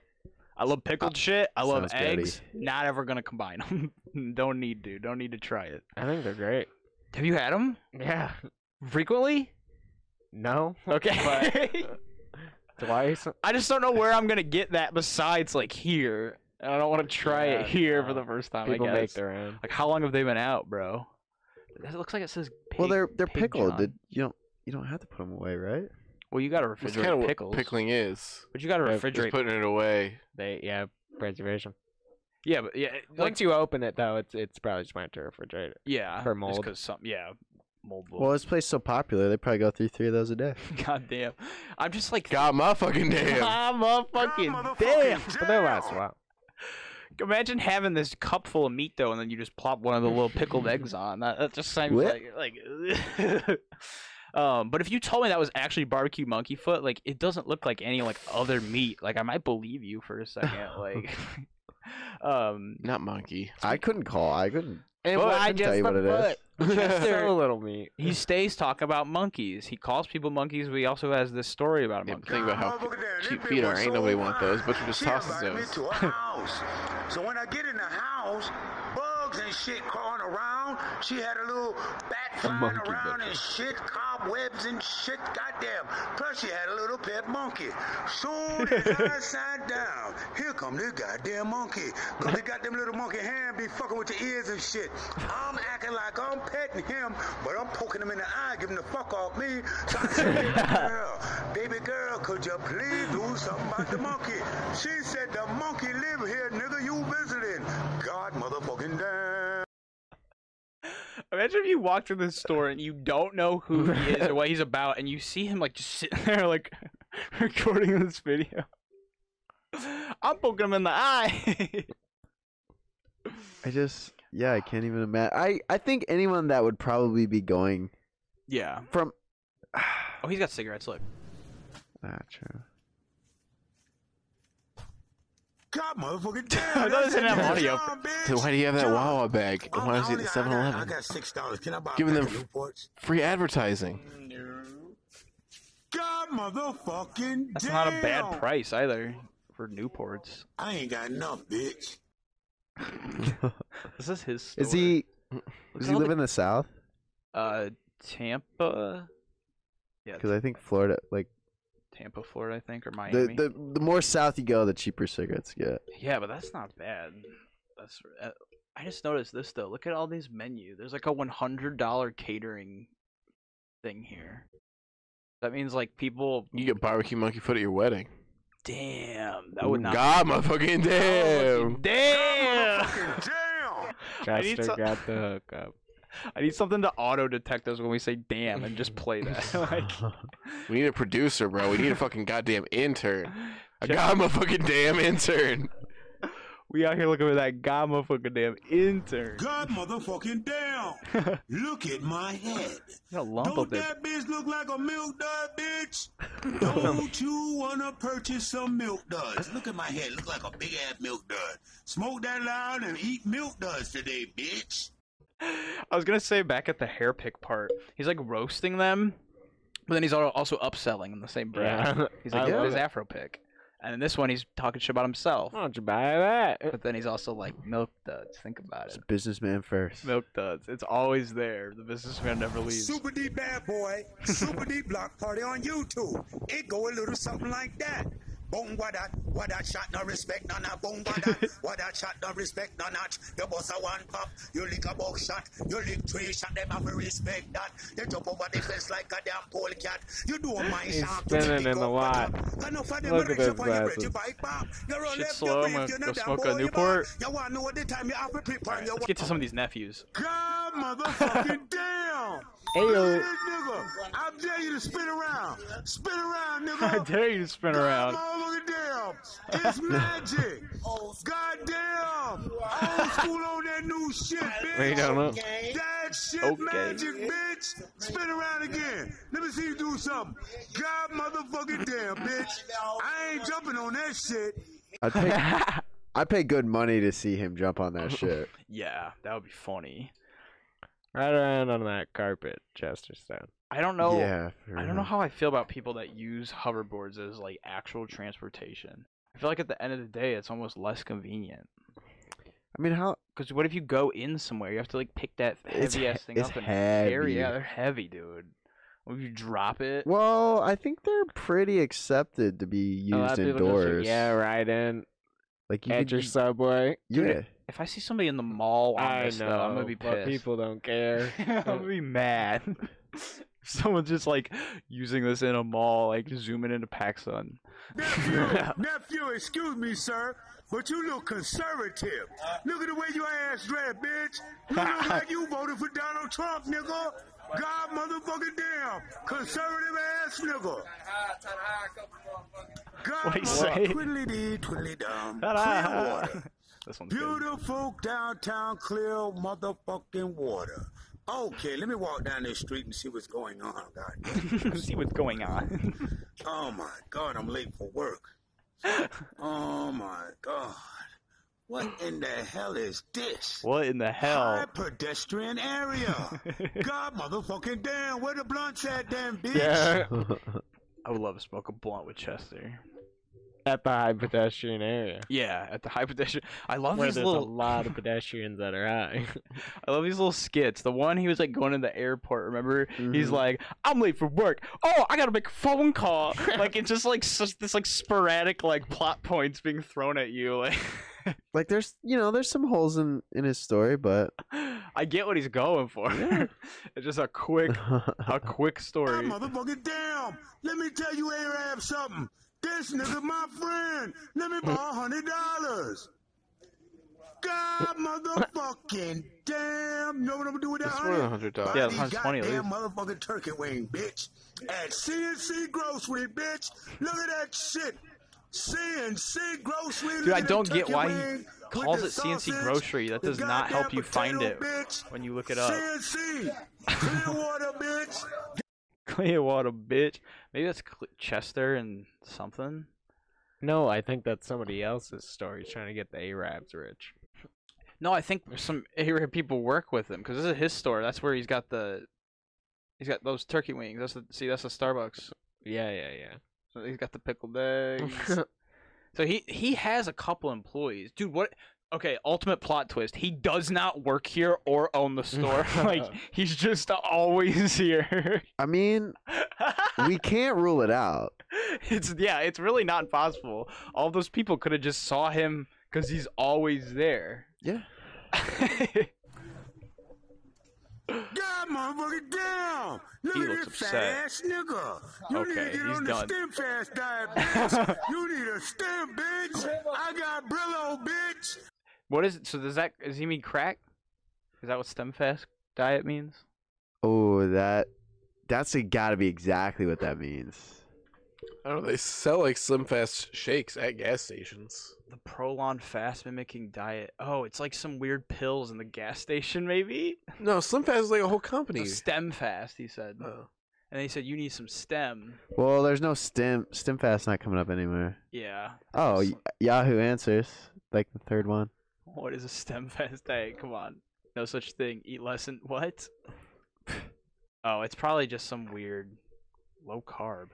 Speaker 1: I love pickled shit. I love
Speaker 3: Sounds dirty.
Speaker 1: eggs. Not ever gonna combine them. Don't need to. Don't need to try it.
Speaker 4: I think they're great.
Speaker 1: Have you had them
Speaker 4: Yeah.
Speaker 1: frequently?
Speaker 4: No.
Speaker 1: Okay.
Speaker 4: Twice.
Speaker 1: I just don't know where I'm gonna get that besides like here. And I don't want to try
Speaker 4: Yeah,
Speaker 1: it here for
Speaker 4: no.
Speaker 1: the first time.
Speaker 4: People
Speaker 1: I guess.
Speaker 4: make their own.
Speaker 1: Like how long have they been out, bro? It looks like it says. Pig,
Speaker 3: Well, they're they're
Speaker 1: Pig
Speaker 3: pickled.
Speaker 1: John.
Speaker 3: Did- You don't you don't have to put them away, right?
Speaker 1: Well, you gotta
Speaker 2: That's
Speaker 1: refrigerate
Speaker 2: kind of what
Speaker 1: pickles.
Speaker 2: pickling is.
Speaker 1: But you gotta
Speaker 4: Yeah,
Speaker 2: Just
Speaker 1: refrigerate.
Speaker 2: putting it away.
Speaker 4: They yeah, preservation.
Speaker 1: yeah, but yeah, it- like
Speaker 4: Once you open it though, it's it's probably just meant to refrigerate it.
Speaker 1: yeah,
Speaker 4: for
Speaker 1: just
Speaker 4: mold.
Speaker 1: 'cause some yeah, mold. will-
Speaker 3: Well, this place so popular, they probably go through three of those a day.
Speaker 1: God damn, I'm just like
Speaker 2: God, my fucking damn.
Speaker 1: I'm a fucking
Speaker 5: God
Speaker 1: damn.
Speaker 5: motherfucking
Speaker 4: But they last a
Speaker 5: damn.
Speaker 4: while.
Speaker 1: Imagine having this cup full of meat though, and then you just plop one of the little pickled eggs on. That, that just sounds
Speaker 3: Whip.
Speaker 1: like like. um, but if you told me that was actually barbecue monkey foot, like it doesn't look like any like other meat. Like I might believe you for a second. Like, um,
Speaker 2: Not monkey.
Speaker 3: I couldn't call. I couldn't.
Speaker 1: and
Speaker 3: But-
Speaker 1: why
Speaker 3: I couldn't tell
Speaker 1: just
Speaker 3: you
Speaker 1: the
Speaker 3: what it
Speaker 1: foot?
Speaker 3: is.
Speaker 1: Chester-
Speaker 4: So little meat.
Speaker 1: He stays talking about monkeys. He calls people monkeys, but he also has this story about a
Speaker 2: Yeah,
Speaker 1: monkey.
Speaker 2: but think about how
Speaker 5: Motherfucker, damn,
Speaker 2: cheap
Speaker 5: this
Speaker 2: feet
Speaker 5: bitch
Speaker 2: are.
Speaker 5: was
Speaker 2: Ain't
Speaker 5: so
Speaker 2: nobody want
Speaker 5: fine.
Speaker 2: those. But you just
Speaker 5: She
Speaker 2: tosses
Speaker 5: invited me
Speaker 2: those.
Speaker 5: to her house. so when I get in the house, bugs and shit crawling around. She had a little bat flying
Speaker 3: monkey
Speaker 5: around and shit, cobwebs and shit. Goddamn. Plus she had a little pet monkey. Soon as I sat down, here come this goddamn monkey. Cause the goddamn little monkey hand be fucking with your ears and shit. I'm acting like I'm petting him, but I'm poking him in the eye, giving the fuck off me. So I said, baby girl, baby girl, could you please do something about the monkey? She said, the monkey live here, nigga, you visiting. God motherfucking damn.
Speaker 1: Imagine if you walk through this store and you don't know who he is or what he's about, and you see him like just sitting there like recording this video. I'm poking him in the eye.
Speaker 3: I just yeah, I can't even imagine. I I think anyone that would probably be going
Speaker 1: yeah.
Speaker 3: from
Speaker 1: Oh, he's got cigarettes. Look.
Speaker 3: ah true.
Speaker 5: God motherfucking damn.
Speaker 1: I thought it didn't have
Speaker 5: That's
Speaker 1: audio.
Speaker 5: John, bitch.
Speaker 2: Then why do you have that
Speaker 5: John,
Speaker 2: Wawa bag? And
Speaker 5: I'm-
Speaker 2: why
Speaker 5: I
Speaker 2: is it
Speaker 5: only- I
Speaker 2: at
Speaker 5: got-
Speaker 2: 7
Speaker 5: I
Speaker 2: Eleven?
Speaker 5: got six dollars. Can I buy a
Speaker 2: Giving
Speaker 5: pack
Speaker 2: them
Speaker 5: of Newports?
Speaker 2: Free advertising.
Speaker 5: God motherfucking
Speaker 1: That's
Speaker 5: damn.
Speaker 1: not a bad price either for Newports.
Speaker 5: I ain't got enough, bitch.
Speaker 1: This is his. Story.
Speaker 3: Is he?
Speaker 1: Look at
Speaker 3: Does he
Speaker 1: all
Speaker 3: live
Speaker 1: the-
Speaker 3: in the South?
Speaker 1: Uh, Tampa. Yeah,
Speaker 3: Because I think Florida, like
Speaker 1: Tampa, Florida, I think, or
Speaker 3: the,
Speaker 1: Miami.
Speaker 3: the the more south you go, the cheaper cigarettes get.
Speaker 1: Yeah, but that's not bad. That's. uh, I just noticed this though. Look at all these menu. There's like a one hundred dollar catering thing here. That means like people.
Speaker 2: You get barbecue monkey foot at your wedding.
Speaker 1: Damn, that would not.
Speaker 2: God, my fucking
Speaker 1: Damn.
Speaker 2: damn.
Speaker 1: Damn.
Speaker 5: Motherfucking damn!
Speaker 1: I need
Speaker 4: Chester
Speaker 1: some-
Speaker 4: got the hookup.
Speaker 1: I need something to auto detect us when we say damn and just play that. like,
Speaker 2: We need a producer, bro. We need a fucking goddamn intern. I
Speaker 1: Check-
Speaker 2: got my fucking damn intern.
Speaker 1: we out here looking for that god motherfucking damn intern.
Speaker 5: God motherfucking damn! Look at my head.
Speaker 1: Got a lump
Speaker 5: Don't
Speaker 1: up there.
Speaker 5: that bitch look like a milk dud, bitch? Don't you wanna purchase some milk duds? Look at my head, look like a big ass milk dud. Smoke that loud and eat milk duds today, bitch.
Speaker 1: I was gonna say back at the hair pick part, he's like roasting them, but then he's al- also upselling in the same breath.
Speaker 4: Yeah.
Speaker 1: He's
Speaker 4: I
Speaker 1: like, yeah,
Speaker 4: love
Speaker 1: his
Speaker 4: it.
Speaker 1: afro pick, and in this one he's talking shit about himself,
Speaker 4: Why don't you buy that?
Speaker 1: but then he's also like milk duds. Think about
Speaker 3: It's
Speaker 1: it.
Speaker 3: businessman first.
Speaker 1: Milk duds. It's always there. The businessman never leaves.
Speaker 5: Super Deep Bad Boy, Super Deep Block Party on YouTube. It go a little something like that. Boom, what that, what that shot, no respect, no, no, boom, what that, what that shot, no respect, no, not. The boss a one pop, you lick a box shot, you lick three shot, them have to respect that. They jump over the fence like a damn pole cat. You do a mind
Speaker 4: He's
Speaker 5: sharp,
Speaker 4: spinning in the lot. Look at his glasses.
Speaker 1: Shit slow, I'm gonna go smoke a Newport.
Speaker 5: You want to know what the time you have to prepare
Speaker 1: Alright,
Speaker 5: your
Speaker 1: let's get to some of these nephews.
Speaker 5: God motherfucking damn! Look at
Speaker 4: Ayo.
Speaker 5: this nigga. I dare you to spin around. Spin
Speaker 1: I
Speaker 5: around, nigga. Oh,
Speaker 1: dare you to spin around.
Speaker 5: God motherfucking damn. It's magic. God damn. Old school on that new shit, bitch.
Speaker 4: We don't know.
Speaker 5: That shit
Speaker 1: Okay.
Speaker 5: magic, bitch. Spin around again. Let me see you do something. God motherfucking damn, bitch. I ain't jumping on that shit.
Speaker 3: I pay I pay good money to see him jump on that shit.
Speaker 1: Yeah, that would be funny.
Speaker 4: Right around on that carpet, Chesterstone.
Speaker 1: I don't know.
Speaker 3: yeah, for
Speaker 1: I don't know
Speaker 3: real.
Speaker 1: how I feel about people that use hoverboards as like actual transportation. I feel like at the end of the day, it's almost less convenient.
Speaker 3: I mean, how
Speaker 1: Because what if you go in somewhere, you have to like pick that
Speaker 3: It's
Speaker 1: heavy
Speaker 3: he-
Speaker 1: ass thing
Speaker 3: it's
Speaker 1: up and carry. Yeah,
Speaker 3: heavy.
Speaker 1: they're heavy, dude. What if you drop it?
Speaker 3: Well, I think they're pretty accepted to be
Speaker 4: A lot
Speaker 3: used
Speaker 4: of people just,
Speaker 3: indoors.
Speaker 4: yeah, right in
Speaker 3: like you
Speaker 4: at
Speaker 3: could,
Speaker 4: your
Speaker 3: use-
Speaker 4: subway.
Speaker 3: yeah.
Speaker 1: If I see somebody in the mall on
Speaker 4: I know,
Speaker 1: this though, I'm gonna be
Speaker 4: but
Speaker 1: pissed.
Speaker 4: people don't care.
Speaker 1: I'm gonna be mad. Someone's just like using this in a mall, like zooming into PacSun.
Speaker 5: Nephew, nephew, excuse me, sir, but you look conservative. Look at the way your ass red, bitch. You look like you voted for Donald Trump, nigga. God motherfucking damn, conservative ass nigga. God
Speaker 1: What'd he say?
Speaker 5: twiddly dee, twiddly dum, clear
Speaker 1: Ta-da!
Speaker 5: water.
Speaker 1: this one's good.
Speaker 5: Beautiful downtown clear motherfucking water. Okay, let me walk down this street and see what's going on. God damn.
Speaker 1: see what's going on.
Speaker 5: Oh my god, I'm late for work. Oh my god. What in the hell is this?
Speaker 1: What in the hell?
Speaker 5: High pedestrian area. god motherfucking damn, where the blunts at, damn bitch?
Speaker 4: yeah,
Speaker 1: I would love to smoke a blunt with Chester.
Speaker 4: at the high pedestrian area.
Speaker 1: Yeah, at the high pedestrian. I love
Speaker 4: Where
Speaker 1: these
Speaker 4: there's a
Speaker 1: little.
Speaker 4: lot of pedestrians that are high.
Speaker 1: I love these little skits. The one he was like going to the airport. Remember,
Speaker 3: Mm-hmm.
Speaker 1: he's like, "I'm late for work. Oh, I gotta make a phone call." like it's just like such this like sporadic like plot points being thrown at you. Like,
Speaker 3: Like there's you know there's some holes in in his story, but
Speaker 1: I get what he's going for. it's just a quick, a quick
Speaker 5: God
Speaker 1: story.
Speaker 5: motherfucking damn. Let me tell you Arab something. This nigga my friend. Let me borrow hundred dollars. God motherfucking damn. Know what I'm gonna do with that
Speaker 2: It's more
Speaker 5: hundred?
Speaker 2: than hundred dollars.
Speaker 1: Yeah,
Speaker 5: Buy
Speaker 1: that's
Speaker 5: these
Speaker 1: funny, at
Speaker 5: goddamn motherfucking turkey wing, bitch. At CNC Grocery, bitch. Look at that shit. CNC Grocery.
Speaker 1: Dude, I don't get why he calls it CNC Grocery. That does not help you find it when you look it up.
Speaker 5: CNC. Clearwater, bitch.
Speaker 1: Clearwater, bitch. Maybe that's Cle- Chester and something.
Speaker 4: no, I think that's somebody else's story trying to get the Arabs rich.
Speaker 1: No, I think some Arab people work with him because this is his store. That's where he's got the, he's got those turkey wings. That's the, see, that's the Starbucks.
Speaker 4: Yeah, yeah, yeah.
Speaker 1: So he's got the pickled eggs. So he he has a couple employees, dude. What? Okay, ultimate plot twist. He does not work here or own the store. like he's just always here.
Speaker 4: I mean, we can't rule it out.
Speaker 1: it's yeah, it's really not possible. All those people could have just saw him because he's always there.
Speaker 4: Yeah.
Speaker 6: Damn, motherfucker, damn! Look
Speaker 1: He
Speaker 6: at
Speaker 1: looks
Speaker 6: this
Speaker 1: upset.
Speaker 6: fat ass nigga. You
Speaker 1: Okay,
Speaker 6: need to get
Speaker 1: he's done.
Speaker 6: on the stem fast diet, bitch. you need a stem, bitch. I got Brillo, bitch.
Speaker 1: what is it? So does that does he mean crack? Is that what StemFast diet means?
Speaker 4: Oh, that that's got to be exactly what that means.
Speaker 2: I don't know. They sell like Slim Fast shakes at gas stations.
Speaker 1: The Prolon fast mimicking diet. Oh, it's like some weird pills in the gas station, maybe.
Speaker 2: No, Slim Fast is like a whole company.
Speaker 1: No, stem fast, he said.
Speaker 2: Oh.
Speaker 1: And he said you need some stem.
Speaker 4: Well, there's no stem stemfast not coming up anywhere.
Speaker 1: Yeah.
Speaker 4: Oh,
Speaker 1: Just-
Speaker 4: y- Yahoo Answers, like the third one.
Speaker 1: What is a stem fast diet? Come on. No such thing. Eat less and what? Oh, it's probably just some weird low carb.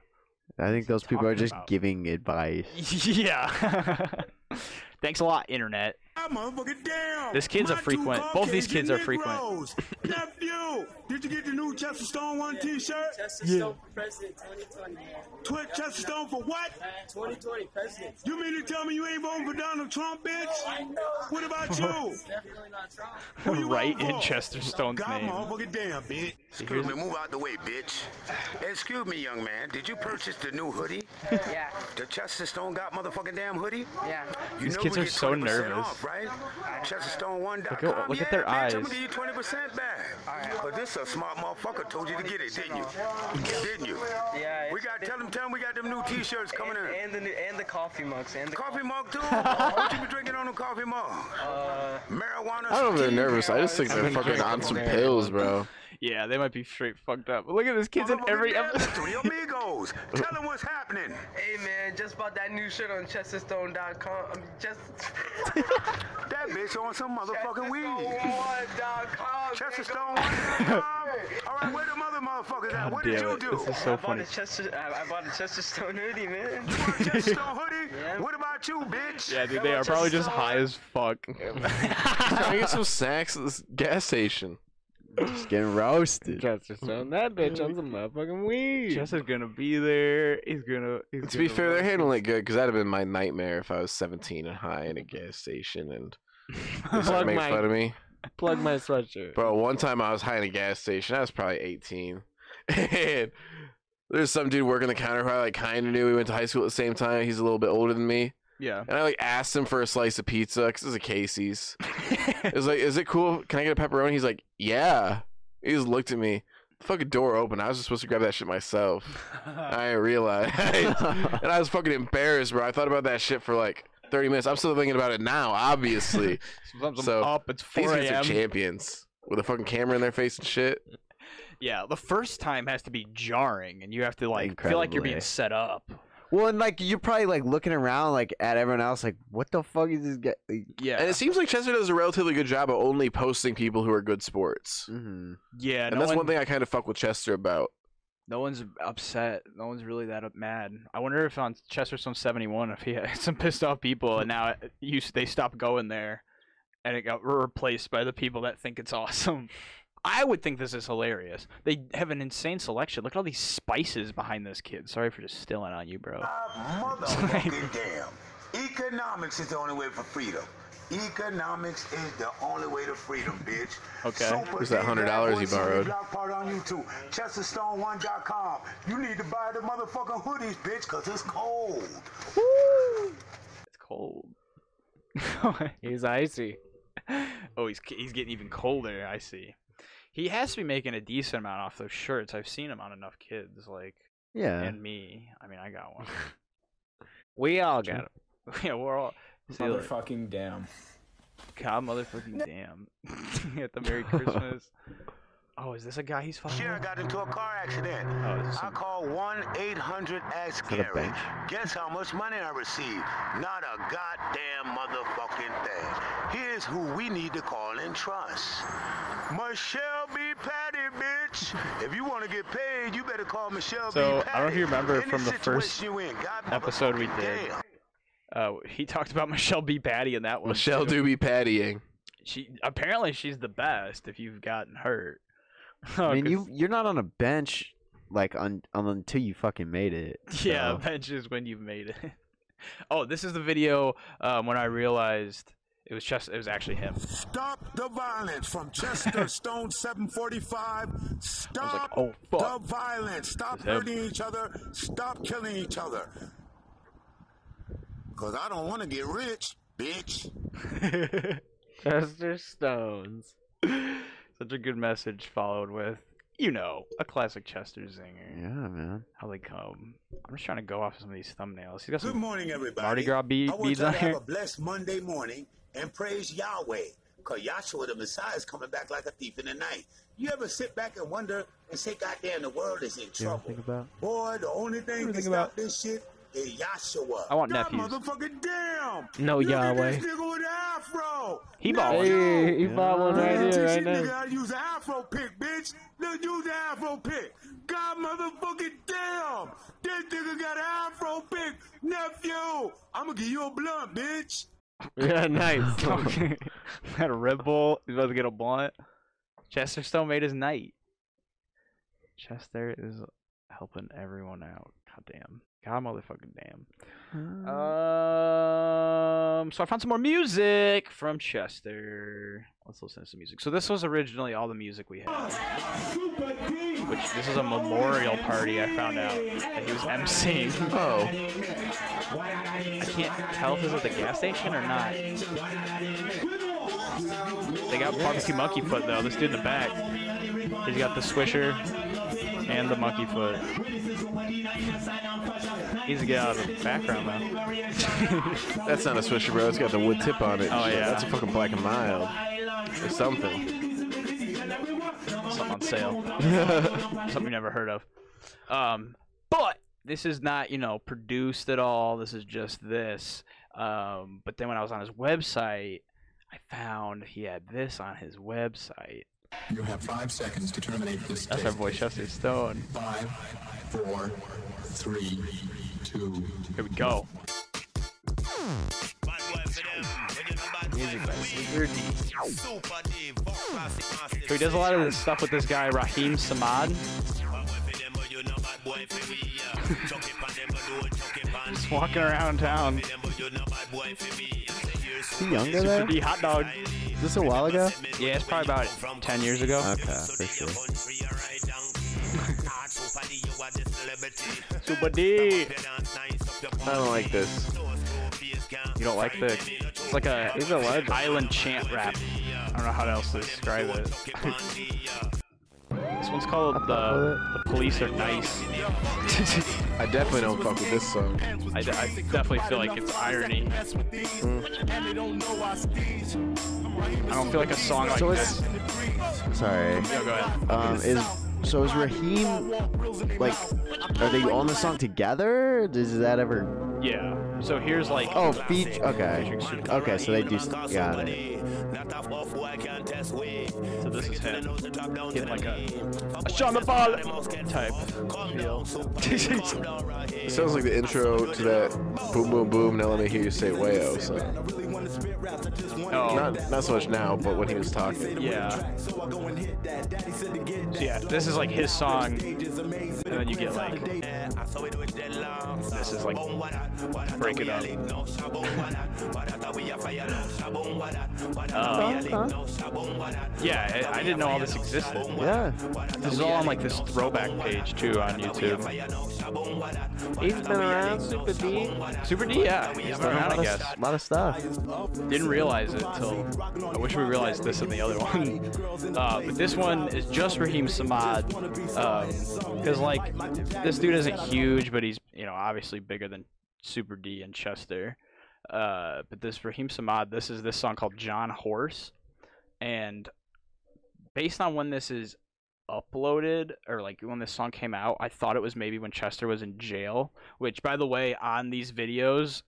Speaker 4: I think
Speaker 1: he
Speaker 4: those people are
Speaker 1: talking
Speaker 4: just
Speaker 1: about?
Speaker 4: giving advice.
Speaker 1: yeah. Thanks a lot, internet.
Speaker 6: Ah, motherfucker, damn.
Speaker 1: This kid's a
Speaker 6: My two
Speaker 1: frequent- both these
Speaker 6: Caucasian
Speaker 1: kids are frequent.
Speaker 6: Negroes. Nephew, did you get the new Chester Stone one T-shirt?
Speaker 5: Chester yeah. Stone for president 2020.
Speaker 6: Twit Chester Stone for what?
Speaker 5: 2020 president.
Speaker 6: You mean to tell me you ain't voting for Donald Trump, bitch?
Speaker 5: I know.
Speaker 6: What about you?
Speaker 5: Definitely not Trump.
Speaker 6: Who you
Speaker 1: right
Speaker 6: voting
Speaker 1: in
Speaker 6: for?
Speaker 1: Chester Stone's
Speaker 6: God,
Speaker 1: name.
Speaker 6: motherfucking damn, bitch. Excuse me, move out the way, bitch. Excuse me, young man. Did you purchase the new hoodie?
Speaker 7: Yeah,
Speaker 6: The Chester Stone got motherfucking damn hoodie?
Speaker 7: yeah.
Speaker 6: You
Speaker 1: These
Speaker 6: know
Speaker 1: kids
Speaker 6: we
Speaker 1: are
Speaker 6: get
Speaker 1: so
Speaker 6: 20%
Speaker 1: nervous.
Speaker 6: Off, right? Chesterstone one
Speaker 1: Look at- look at their
Speaker 6: yeah, bitch, I'm
Speaker 1: eyes.
Speaker 6: gonna give you twenty percent back. But this a smart motherfucker told you to get it, didn't you? didn't you?
Speaker 7: Yeah,
Speaker 6: We
Speaker 7: it's-
Speaker 6: got tell them tell them we got them new T-shirts coming
Speaker 7: And,
Speaker 6: in.
Speaker 7: and the new- and the coffee mugs and the
Speaker 6: Coffee mug too. what you be drinking on the coffee mug?
Speaker 2: I
Speaker 6: Marijuana.
Speaker 2: don't know if they're
Speaker 6: tea.
Speaker 2: nervous. I just think they're fucking on some pills, bro.
Speaker 1: Yeah, they might be straight fucked up. But look at this kid's in
Speaker 6: Motherfucking
Speaker 1: every
Speaker 6: dance
Speaker 1: episode.
Speaker 6: to your amigos. Tell them what's happening.
Speaker 7: Hey man, just bought that new shirt on Chesterstone.com. I mean, just
Speaker 6: That bitch on some motherfucking weed.
Speaker 7: Chesterstone1.com.
Speaker 6: Chester
Speaker 7: nigga.
Speaker 6: Stone. All right, where the mother motherfuckers at? What did
Speaker 1: Damn
Speaker 6: you
Speaker 1: it.
Speaker 6: do?
Speaker 1: This is
Speaker 7: I
Speaker 1: so
Speaker 7: bought
Speaker 1: funny.
Speaker 7: a Chester. I, I bought a Chesterstone hoodie, man.
Speaker 6: Chester Stone hoodie?
Speaker 7: Yeah.
Speaker 6: What about you, bitch?
Speaker 1: Yeah, dude, they are probably just high as fuck.
Speaker 2: Trying to get some snacks at this gas station.
Speaker 4: Just getting roasted.
Speaker 8: Chester Stone, that bitch on some motherfucking weed.
Speaker 1: Chester's gonna be there. He's gonna. He's
Speaker 2: To be
Speaker 1: gonna
Speaker 2: fair, they're
Speaker 1: roast
Speaker 2: handling it good because that'd have been my nightmare if I was 17 and high in a gas station and they
Speaker 8: Plug
Speaker 2: started making
Speaker 8: my-
Speaker 2: fun of me.
Speaker 8: Plug my sweatshirt.
Speaker 2: Bro, one time I was high in a gas station. I was probably 18. And there's some dude working the counter who I like kind of knew. We went to high school at the same time. He's a little bit older than me.
Speaker 1: Yeah.
Speaker 2: And I like asked him for a slice of pizza because it's a Casey's. It was like, is it cool? Can I get a pepperoni? He's like, yeah. He just looked at me. The fucking door open. I was just supposed to grab that shit myself. I didn't realize. and I was fucking embarrassed, bro. I thought about that shit for like 30 minutes. I'm still thinking about it now, obviously.
Speaker 1: Sometimes I'm
Speaker 2: So,
Speaker 1: up. It's
Speaker 2: These
Speaker 1: 4
Speaker 2: kids are
Speaker 1: a.m.
Speaker 2: champions with a fucking camera in their face and shit.
Speaker 1: Yeah, the first time has to be jarring, and you have to like feel like you're being
Speaker 4: Incredibly.
Speaker 1: set up.
Speaker 4: Well, and like you're probably like looking around like at everyone else, like what the fuck is this guy?
Speaker 1: Yeah.
Speaker 2: And it seems like Chester does a relatively good job of only posting people who are good sports.
Speaker 4: Mm-hmm.
Speaker 1: yeah.
Speaker 2: And
Speaker 1: no
Speaker 2: that's
Speaker 1: one,
Speaker 2: one thing I kind of fuck with Chester about.
Speaker 1: No one's upset. No one's really that up- mad. I wonder if on Chesterstone 71, if he had some pissed off people, and now it- you s- they stopped going there, and it got replaced by the people that think it's awesome. I would think this is hilarious. They have an insane selection. Look at all these spices behind this kid. Sorry for just stealing on you, bro.
Speaker 6: Motherfucking damn. Economics is the only way for freedom. Economics is the only way to freedom, bitch.
Speaker 1: Okay.
Speaker 2: Where's that $100 you borrowed?
Speaker 6: Block part on YouTube. Chesterstone1.com. You need to buy the motherfucking hoodies, bitch, cause it's cold.
Speaker 1: It's cold.
Speaker 8: He's icy.
Speaker 1: oh, he's he's getting even colder. I see. He has to be making a decent amount off those shirts. I've seen him on enough kids, like
Speaker 4: Yeah.
Speaker 1: and me. I mean, I got one.
Speaker 8: We all got him.
Speaker 1: yeah, we're all. See you later.
Speaker 9: Motherfucking damn.
Speaker 1: God, motherfucking damn. At the Merry Christmas. Oh, is this a guy he's fucking?
Speaker 6: Sure, I
Speaker 1: with?
Speaker 6: got into a car accident.
Speaker 1: Oh, this is
Speaker 6: I
Speaker 1: some-
Speaker 6: called 1 800 ask
Speaker 4: that a
Speaker 6: Gary.
Speaker 4: bench?
Speaker 6: Guess how much money I received? Not a goddamn motherfucking thing. Here's who we need to call and trust Michelle B. Patty, bitch. If you want to get paid, you better call Michelle
Speaker 1: So, I
Speaker 6: B.
Speaker 1: don't
Speaker 6: Patty.
Speaker 1: know if you remember
Speaker 6: Any
Speaker 1: from the
Speaker 6: situation
Speaker 1: first
Speaker 6: you in, God
Speaker 1: episode we
Speaker 6: motherfucking
Speaker 1: did.
Speaker 6: damn.
Speaker 1: Uh, he talked about Michelle B. Patty in that one.
Speaker 2: Michelle
Speaker 1: too.
Speaker 2: do be pattying.
Speaker 1: She apparently she's the best. If you've gotten hurt, Oh,
Speaker 3: I mean,
Speaker 1: 'cause-
Speaker 3: you you're not on a bench like un, un, until you fucking made it.
Speaker 1: Yeah,
Speaker 3: so.
Speaker 1: bench is when you've made it. oh, this is the video um, when I realized it was just it was actually him.
Speaker 6: Stop the violence from Chester Stone 745.
Speaker 1: I was like,
Speaker 6: Stop
Speaker 1: oh fuck.
Speaker 6: the violence. Stop
Speaker 1: It's him.
Speaker 6: hurting each other. Stop killing each other. Because I don't want to get rich, bitch.
Speaker 4: Chester Stones.
Speaker 1: Such a good message followed with, you know, a classic Chester zinger.
Speaker 3: Yeah, man.
Speaker 1: How they come. I'm just trying to go off some of these thumbnails. He's got
Speaker 6: Good
Speaker 1: some
Speaker 6: morning, everybody.
Speaker 1: Mardi Gras be-
Speaker 6: I want
Speaker 1: beads
Speaker 6: y'all
Speaker 1: on
Speaker 6: to have
Speaker 1: here.
Speaker 6: a blessed Monday morning and praise Yahweh, because Yahshua the Messiah is coming back like a thief in the night. You ever sit back and wonder and say, God damn, the world is in
Speaker 3: You ever
Speaker 6: trouble.
Speaker 3: think about?
Speaker 6: Boy, the only thing that
Speaker 1: think
Speaker 6: stop
Speaker 1: about-
Speaker 6: this shit is Yahshua.
Speaker 1: I want
Speaker 6: God
Speaker 1: nephews.
Speaker 6: motherfucking damn.
Speaker 4: No
Speaker 6: Look at
Speaker 4: Yahweh.
Speaker 6: this nigga with the afro.
Speaker 1: He
Speaker 6: Now
Speaker 1: ballin'.
Speaker 6: you-
Speaker 4: Hey, he bought one right
Speaker 6: Teach
Speaker 4: here,
Speaker 6: this
Speaker 4: right
Speaker 6: nigga
Speaker 4: now.
Speaker 6: how to use an afro pick, bitch. Look, use the afro pick. God motherfucking damn. This nigga got an afro pick. Nephew, I'ma give you a blunt, bitch.
Speaker 4: Yeah, nice.
Speaker 1: had a Red Bull. He's about to get a blunt. Chester Stone made his night. Chester is helping everyone out. God damn. God motherfucking damn. Um, so I found some more music from Chester. Let's listen to some music. So this was originally all the music we had. Which this is a memorial party. I found out that he was emceeing.
Speaker 2: Oh,
Speaker 1: I can't tell if this was at the gas station or not. They got barbecue monkey foot though. This dude in the back, he's got the swisher and the monkey foot. He's to get out of the background though.
Speaker 2: that's not a Swisher, bro. It's got the wood tip on it.
Speaker 1: Oh, yeah.
Speaker 2: that's a fucking black and mild or something.
Speaker 1: Something on sale. Something you never heard of. Um, but this is not you know produced at all. This is just this. Um, but then when I was on his website, I found he had this on his website.
Speaker 10: You have five seconds to terminate this.
Speaker 1: That's our boy Chester Stone.
Speaker 10: Five, four, three, two.
Speaker 1: Here we go. So he does a lot of this stuff with this guy Raheem Samad. Just walking around town.
Speaker 3: Is he younger there?
Speaker 1: The hot dog.
Speaker 3: Is this a while ago?
Speaker 1: Yeah, it's probably about 10 years ago.
Speaker 3: Okay, for sure.
Speaker 1: Super D.
Speaker 2: I don't like this.
Speaker 1: You don't like the? It's like a
Speaker 4: He's a legend.
Speaker 1: island chant rap. I don't know how else to describe it. this one's called the the police are nice.
Speaker 2: I definitely don't fuck with this song.
Speaker 1: I, d- I definitely feel like it's irony. I don't feel like a song like
Speaker 3: So
Speaker 1: this.
Speaker 3: it's sorry.
Speaker 1: No, go ahead.
Speaker 3: Um, is so is Raheem like? Are they on the song together? Does that ever?
Speaker 1: Yeah. So here's like.
Speaker 3: Oh, feat. Okay. Okay, so they do. Got it.
Speaker 1: So this is him. Getting like a, a Sean the Ball type feel.
Speaker 2: It sounds like the intro to that boom boom boom. Now let me hear you say wayo. So
Speaker 1: oh,
Speaker 2: not not so much now, but when he was talking.
Speaker 1: yeah. So yeah, this is like his song, and then you get like. This is like break it up. Um, yeah, I, I didn't know all this existed.
Speaker 3: Yeah.
Speaker 1: This is all on like this throwback page too on YouTube.
Speaker 4: He's been around Super D.
Speaker 1: Super D, yeah, he's been
Speaker 3: A
Speaker 1: around,
Speaker 3: lot
Speaker 1: I
Speaker 3: of,
Speaker 1: guess.
Speaker 3: a lot of stuff.
Speaker 1: Didn't realize it until I wish we realized this in the other one. Uh, but this one is just Raheem Samad, because like this dude isn't huge, but he's you know obviously bigger than Super D and Chester. Uh, but this Raheem Samad, this is this song called John Horse, and based on when this is uploaded or like when this song came out, I thought it was maybe when Chester was in jail. Which, by the way, on these videos,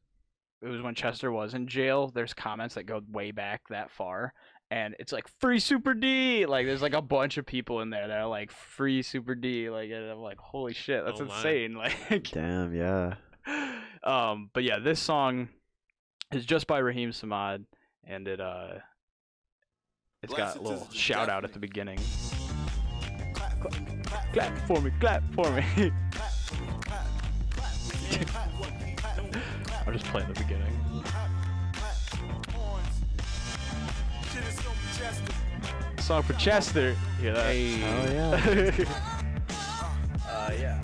Speaker 1: it was when Chester was in jail. There's comments that go way back that far, and it's like free Super D. Like there's like a bunch of people in there that are like free Super D. Like and I'm like holy shit, that's
Speaker 4: Oh my.
Speaker 1: insane. Like
Speaker 3: Damn. Yeah.
Speaker 1: um, but yeah, this song It's just by Raheem Samad, and it uh, it's got a little shout out at the beginning. Clap for me, clap for me. I'm just playing the beginning. Song for Chester. Hear that?
Speaker 4: Oh yeah.
Speaker 1: Uh, yeah.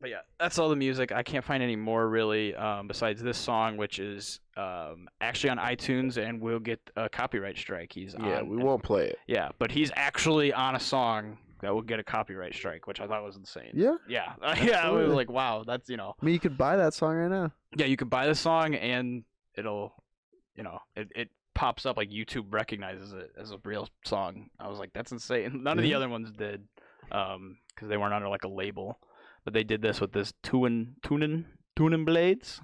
Speaker 1: But yeah, that's all the music. I can't find any more really, um, besides this song, which is um, actually on iTunes, and we'll get a copyright strike. He's
Speaker 2: Yeah,
Speaker 1: on,
Speaker 2: we won't play it.
Speaker 1: Yeah, but he's actually on a song that will get a copyright strike, which I thought was insane.
Speaker 3: Yeah.
Speaker 1: yeah, yeah. I was
Speaker 3: Absolutely.
Speaker 1: like, wow, that's you know,
Speaker 3: I mean, you could buy that song right now.
Speaker 1: yeah. You can buy the song, and it'll, you know, it, it pops up like YouTube recognizes it as a real song. I was like, that's insane. None of the
Speaker 3: Yeah.
Speaker 1: other ones did, um, because they weren't under like a label, but they did this with this tunin tunin tunin blades.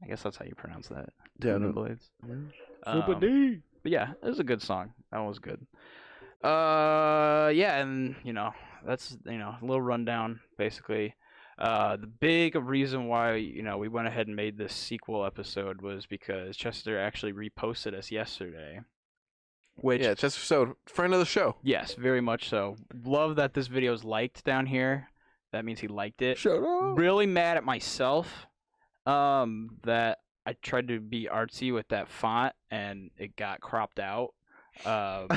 Speaker 1: I guess that's how you pronounce that.
Speaker 3: Yeah, I
Speaker 1: Tunin
Speaker 3: don't-
Speaker 1: blades. Um,
Speaker 4: Boopity.
Speaker 1: but yeah, it was a good song. That one was good. Uh, yeah, and you know, that's you know, a little rundown basically. Uh, the big reason why you know we went ahead and made this sequel episode was because Chester actually reposted us yesterday, which
Speaker 2: Yeah, Chester So, friend of the show.
Speaker 1: yes, very much so. Love that this video is liked down here. That means he liked it
Speaker 3: Shut up.
Speaker 1: really mad at myself um that I tried to be artsy with that font and it got cropped out. Um,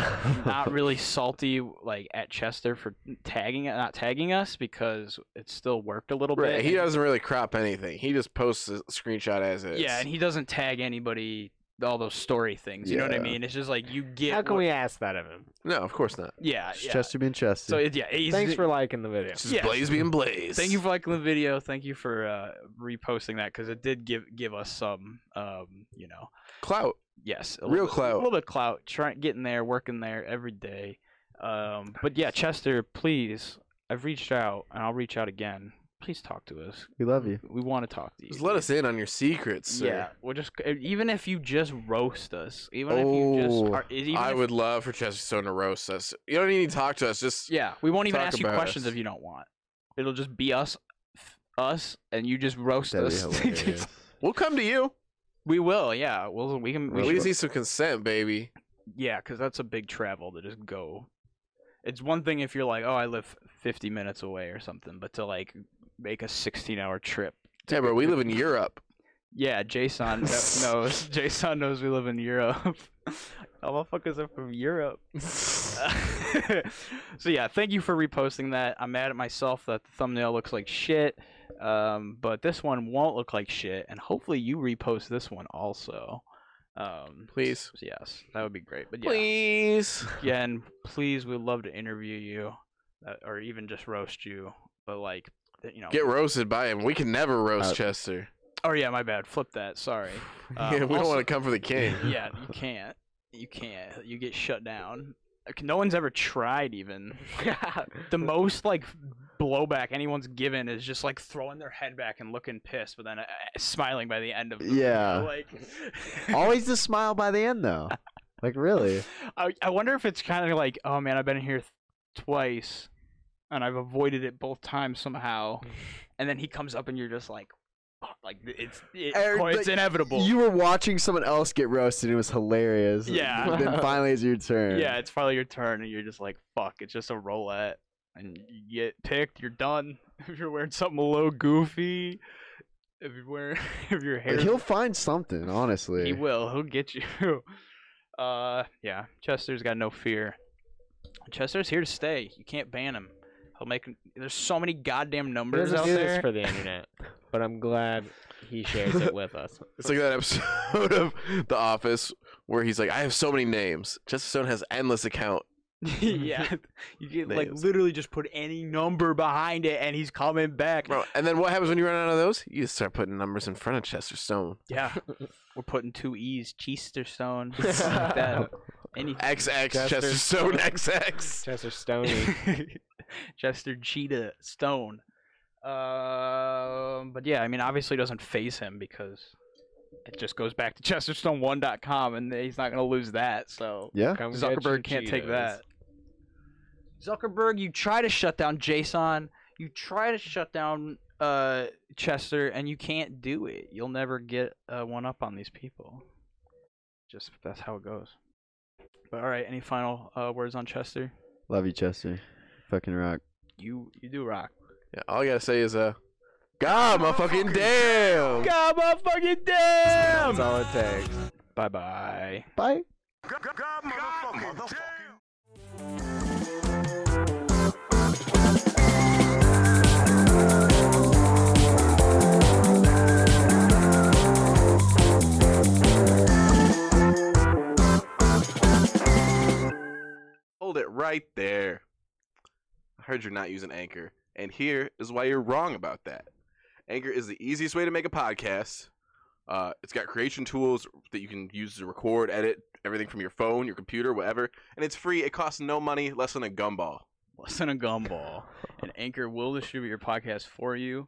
Speaker 1: not really salty like at Chester for tagging it, not tagging us because it still worked a little
Speaker 2: Right.
Speaker 1: bit.
Speaker 2: He
Speaker 1: and-
Speaker 2: doesn't really crop anything. He just posts a screenshot as is.
Speaker 1: yeah, and he doesn't tag anybody. All those story things, you know what I
Speaker 3: Yeah.
Speaker 1: mean? It's just like you get.
Speaker 4: How can
Speaker 1: what-
Speaker 4: we ask that of him?
Speaker 2: no, of course not.
Speaker 1: Yeah,
Speaker 3: It's
Speaker 1: yeah.
Speaker 3: Chester being Chester.
Speaker 1: So it, yeah, he's-
Speaker 4: Thanks for liking the video.
Speaker 2: It's just
Speaker 1: Yeah.
Speaker 2: Blaze being Blaze.
Speaker 1: Thank you for liking the video. Thank you for uh, reposting that because it did give give us some, um, you know,
Speaker 2: clout.
Speaker 1: yes, a
Speaker 2: Real
Speaker 1: little bit-
Speaker 2: clout.
Speaker 1: a little bit of clout, trying getting there, working there every day. Um, but yeah, Chester, please, I've reached out and I'll reach out again. Please talk to us.
Speaker 3: we love you.
Speaker 1: We want to talk to you.
Speaker 2: Just let us in on your secrets. Sir.
Speaker 1: Yeah, we'll just eh, even if you just roast us, even if you just
Speaker 3: Oh,
Speaker 1: are, even
Speaker 2: I
Speaker 1: if-
Speaker 2: would love for Chester Stone to roast us. You don't even need to talk to us. Just
Speaker 1: Yeah, we won't even
Speaker 2: talk
Speaker 1: ask you
Speaker 2: about
Speaker 1: questions
Speaker 2: us.
Speaker 1: if you don't want. It'll just be us, f- us, and you just roast
Speaker 3: That'd be
Speaker 1: us.
Speaker 3: hilarious.
Speaker 2: we'll come to you.
Speaker 1: we will. Yeah, we'll. We can. We
Speaker 2: We at least
Speaker 1: should,
Speaker 2: need some consent, baby.
Speaker 1: yeah, because that's a big travel to just go. It's one thing if you're like, oh, I live 50 minutes away or something, but to like make a 16-hour trip.
Speaker 2: Yeah, bro. We live in Europe.
Speaker 1: Yeah, Jason kno- knows. Jason knows we live in Europe. All motherfuckers are from Europe. so yeah, thank you for reposting that. I'm mad at myself that the thumbnail looks like shit, um, but this one won't look like shit, and hopefully you repost this one also. Um,
Speaker 2: Please.
Speaker 1: so yes, that would be great. But yeah,
Speaker 2: Please.
Speaker 1: again, please, we'd love to interview you, uh, or even just roast you. But like, th- you know,
Speaker 2: Get roasted by him. We can never roast
Speaker 3: Uh,
Speaker 2: Chester.
Speaker 1: oh yeah, my bad, flip that. Sorry. Um,
Speaker 2: yeah, we don't
Speaker 1: also-
Speaker 2: want to come for the king.
Speaker 1: yeah, you can't. You can't. You get shut down. Like, No one's ever tried even. the most like blowback anyone's given is just like throwing their head back and looking pissed, but then uh, smiling by the end of the video,
Speaker 3: Yeah.
Speaker 1: Like,
Speaker 3: Always the smile by the end, though. Like really,
Speaker 1: I, I wonder if it's kind of like, oh man, I've been here th- twice, and I've avoided it both times somehow,
Speaker 3: Mm.
Speaker 1: and then he comes up and you're just like, fuck, like it's it,
Speaker 3: Eric,
Speaker 1: it's
Speaker 3: Er, like,
Speaker 1: inevitable.
Speaker 3: you were watching someone else get roasted. It was hilarious.
Speaker 1: Yeah.
Speaker 3: then finally, it's your turn.
Speaker 1: Yeah, it's finally your turn, and you're just like, fuck, it's just a roulette. And you get picked, you're done. If you're wearing something a little goofy, if you're wearing, if your hair,
Speaker 3: But he'll find something. Honestly,
Speaker 1: he will, he'll get you. Uh, yeah, Chester's got no fear. Chester's here to stay. You can't ban him. He'll make. There's so many goddamn
Speaker 4: He
Speaker 1: numbers
Speaker 4: doesn't
Speaker 1: out
Speaker 4: do
Speaker 1: there.
Speaker 4: this for the internet, but I'm glad he shares it with us.
Speaker 2: It's like that episode of The Office where he's like, I have so many names. Chester Stone has endless account.
Speaker 1: yeah, you get like
Speaker 2: Names.
Speaker 1: literally just put any number behind it, and he's coming back.
Speaker 2: Bro, and then what happens when you run out of those? You just start putting numbers in front of Chester Stone.
Speaker 1: Yeah. We're putting two E's, Cheesterstone, something like that. Any
Speaker 2: XX Chester,
Speaker 4: Chester
Speaker 2: Stone
Speaker 4: Stone.
Speaker 2: XX.
Speaker 4: Chester Stoney.
Speaker 1: Chester Cheetah Stone. Um, but yeah, I mean, obviously it doesn't phase him because it just goes back to Chesterstone1.com and he's not going to lose that. So
Speaker 3: Yeah.
Speaker 4: Come get your
Speaker 1: Zuckerberg can't take
Speaker 4: Cheetos.
Speaker 1: that. Zuckerberg, you try to shut down JSON. You try to shut down uh, Chester, and you can't do it. You'll never get uh, one up on these people. Just that's how it goes. But all right, any final uh, words on Chester?
Speaker 3: Love you, Chester. Fucking rock.
Speaker 1: You you do rock.
Speaker 2: Yeah, all I gotta say is, uh, God, my fucking damn.
Speaker 1: God, motherfucking damn! That's all it takes. Bye bye.
Speaker 3: Bye.
Speaker 6: God, God, motherfucking damn.
Speaker 2: Hold it right there. I heard you're not using Anchor, and here is why you're wrong about that. Anchor is the easiest way to make a podcast. Uh, it's got creation tools that you can use to record, edit everything from your phone, your computer, whatever, and it's free. It costs no money, less than a gumball.
Speaker 1: Less than a gumball. and Anchor will distribute your podcast for you.